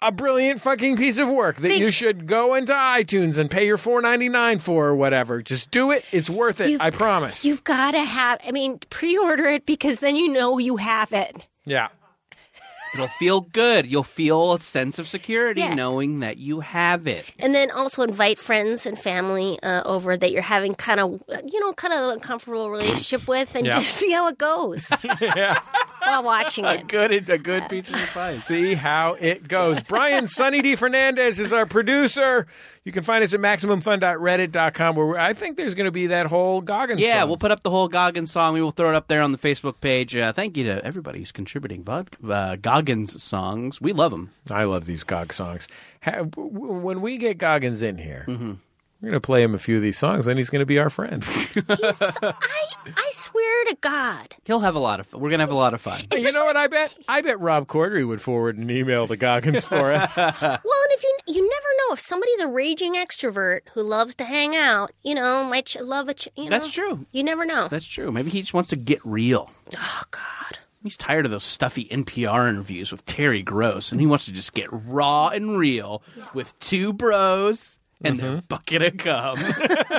S2: a brilliant fucking piece of work that you should go into iTunes and pay your four ninety nine for or whatever. Just do it; it's worth it.
S4: You've-
S2: I promise.
S4: You've got to have, I mean, pre order it because then you know you have it.
S2: yeah.
S3: It'll feel good. You'll feel a sense of security
S4: Yeah.
S3: knowing that you have it.
S4: And then also invite friends and family uh, over that you're having kind of, you know, kind of uncomfortable relationship with and
S2: Yeah.
S4: just see how it goes
S2: yeah.
S4: while watching
S3: A
S4: it.
S3: good a good piece of advice.
S2: See how it goes. Brian Sunny D. Fernandez is our producer. You can find us at MaximumFun.reddit.com, where I think there's going to be that whole Goggins.
S3: Yeah,
S2: song.
S3: we'll put up the whole Goggins song. We will throw it up there on the Facebook page. Uh, thank you to everybody who's contributing vod- uh, Goggins songs. We love them.
S2: I love these Gog songs. Ha- w- w- when we get Goggins in here,
S3: Mm-hmm.
S2: we're going to play him a few of these songs, and he's going to be our friend.
S4: He's, I, I swear to God.
S3: He'll have a lot of. Fun. We're gonna have a lot of fun.
S2: you know what? I bet I bet Rob Corddry would forward an email to Goggins for us.
S4: Well, and if you you never know if somebody's a raging extrovert who loves to hang out, you know, might ch- love a ch- you know,
S3: That's true.
S4: You never know.
S3: That's true. Maybe he just wants to get real.
S4: oh God,
S3: He's tired of those stuffy NPR interviews with Terry Gross, and he wants to just get raw and real with two bros and their bucket of gum.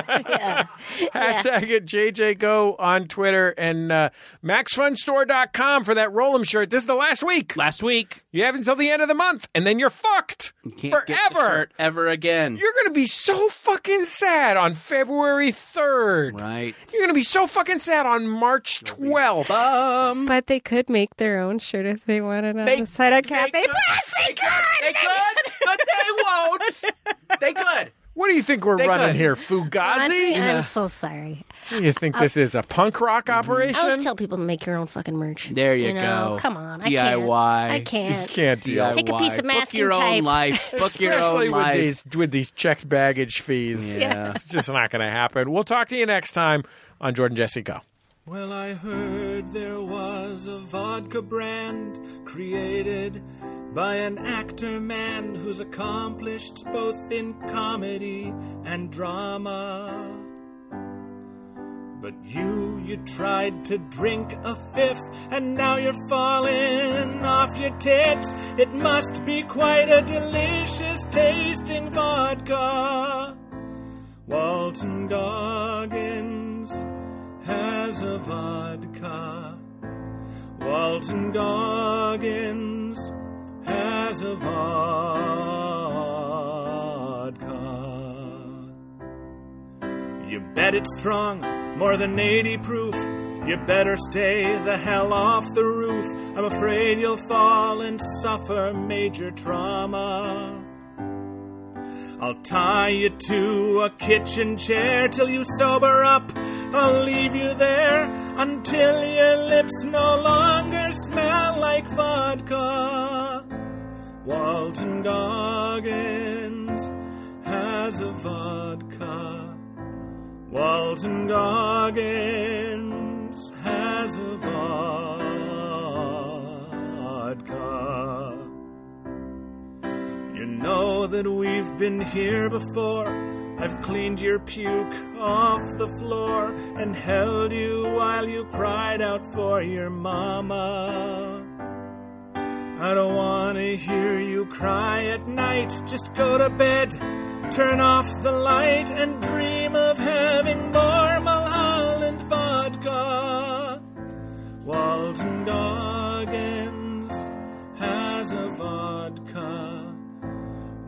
S2: Hashtag it JJGo on Twitter and uh, MaxFunStore.com for that Roll'em shirt. This is the last week.
S3: Last week,
S2: You have until the end of the month, and then you're fucked
S3: can't
S2: forever.
S3: get the shirt ever again.
S2: You're going to be so fucking sad on February 3rd.
S3: Right.
S2: You're going to be so fucking sad on March 12th.
S3: Um,
S9: But they could make their own shirt if they wanted on
S2: They-
S9: the side of cafe.
S4: they could.
S3: They could, but they won't. They could.
S2: What do you think we're
S3: They
S2: running
S3: could.
S2: here, Fugazi?
S9: Honestly, I'm so sorry.
S2: What do you think this is? A punk rock
S3: Mm-hmm.
S4: I always
S2: operation?
S4: tell people to make your own fucking merch.
S3: There you,
S4: know,
S3: go.
S4: Come on,
S3: DIY.
S4: I can't. I can't.
S2: Can't deal.
S3: DIY.
S4: Take a piece of
S3: Book
S4: mask
S3: your
S4: and
S3: own
S4: tape.
S3: life. Book your
S2: Especially
S3: own
S2: with
S3: life.
S2: these with these checked baggage fees.
S3: Yeah.
S2: It's just not going to happen. We'll talk to you next time on Jordan Jesse Go.
S7: Well, I heard there was a vodka brand created by an actor man who's accomplished both in comedy and drama. But you, you tried to drink a fifth, and now you're falling off your tits. It must be quite a delicious tasting vodka. Walton Goggins has a vodka. Walton Goggins has a vodka. You bet it's strong, more than 80 proof. You better stay the hell off the roof. I'm afraid you'll fall and suffer major trauma. I'll tie you to a kitchen chair till you sober up. I'll leave you there until your lips no longer smell like vodka. Walton Goggins has a vodka. Walton Goggins has a vodka. You know that we've been here before. I've cleaned your puke off the floor and held you while you cried out for your mama. I don't want to hear you cry at night. Just go to bed, turn off the light, and dream of having more Mulholland vodka. Walton Goggins has a vodka.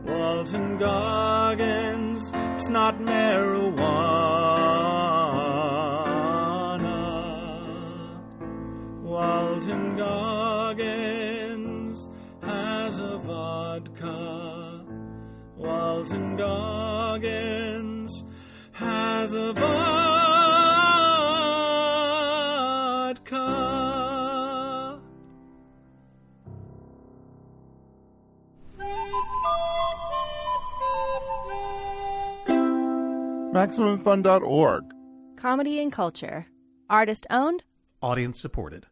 S7: Walton Goggins, it's not marijuana. Walton Goggins has a vodka. Walton Goggins has a vodka.
S10: MaximumFun.org.
S2: Comedy and culture. Artist owned.
S11: Audience supported.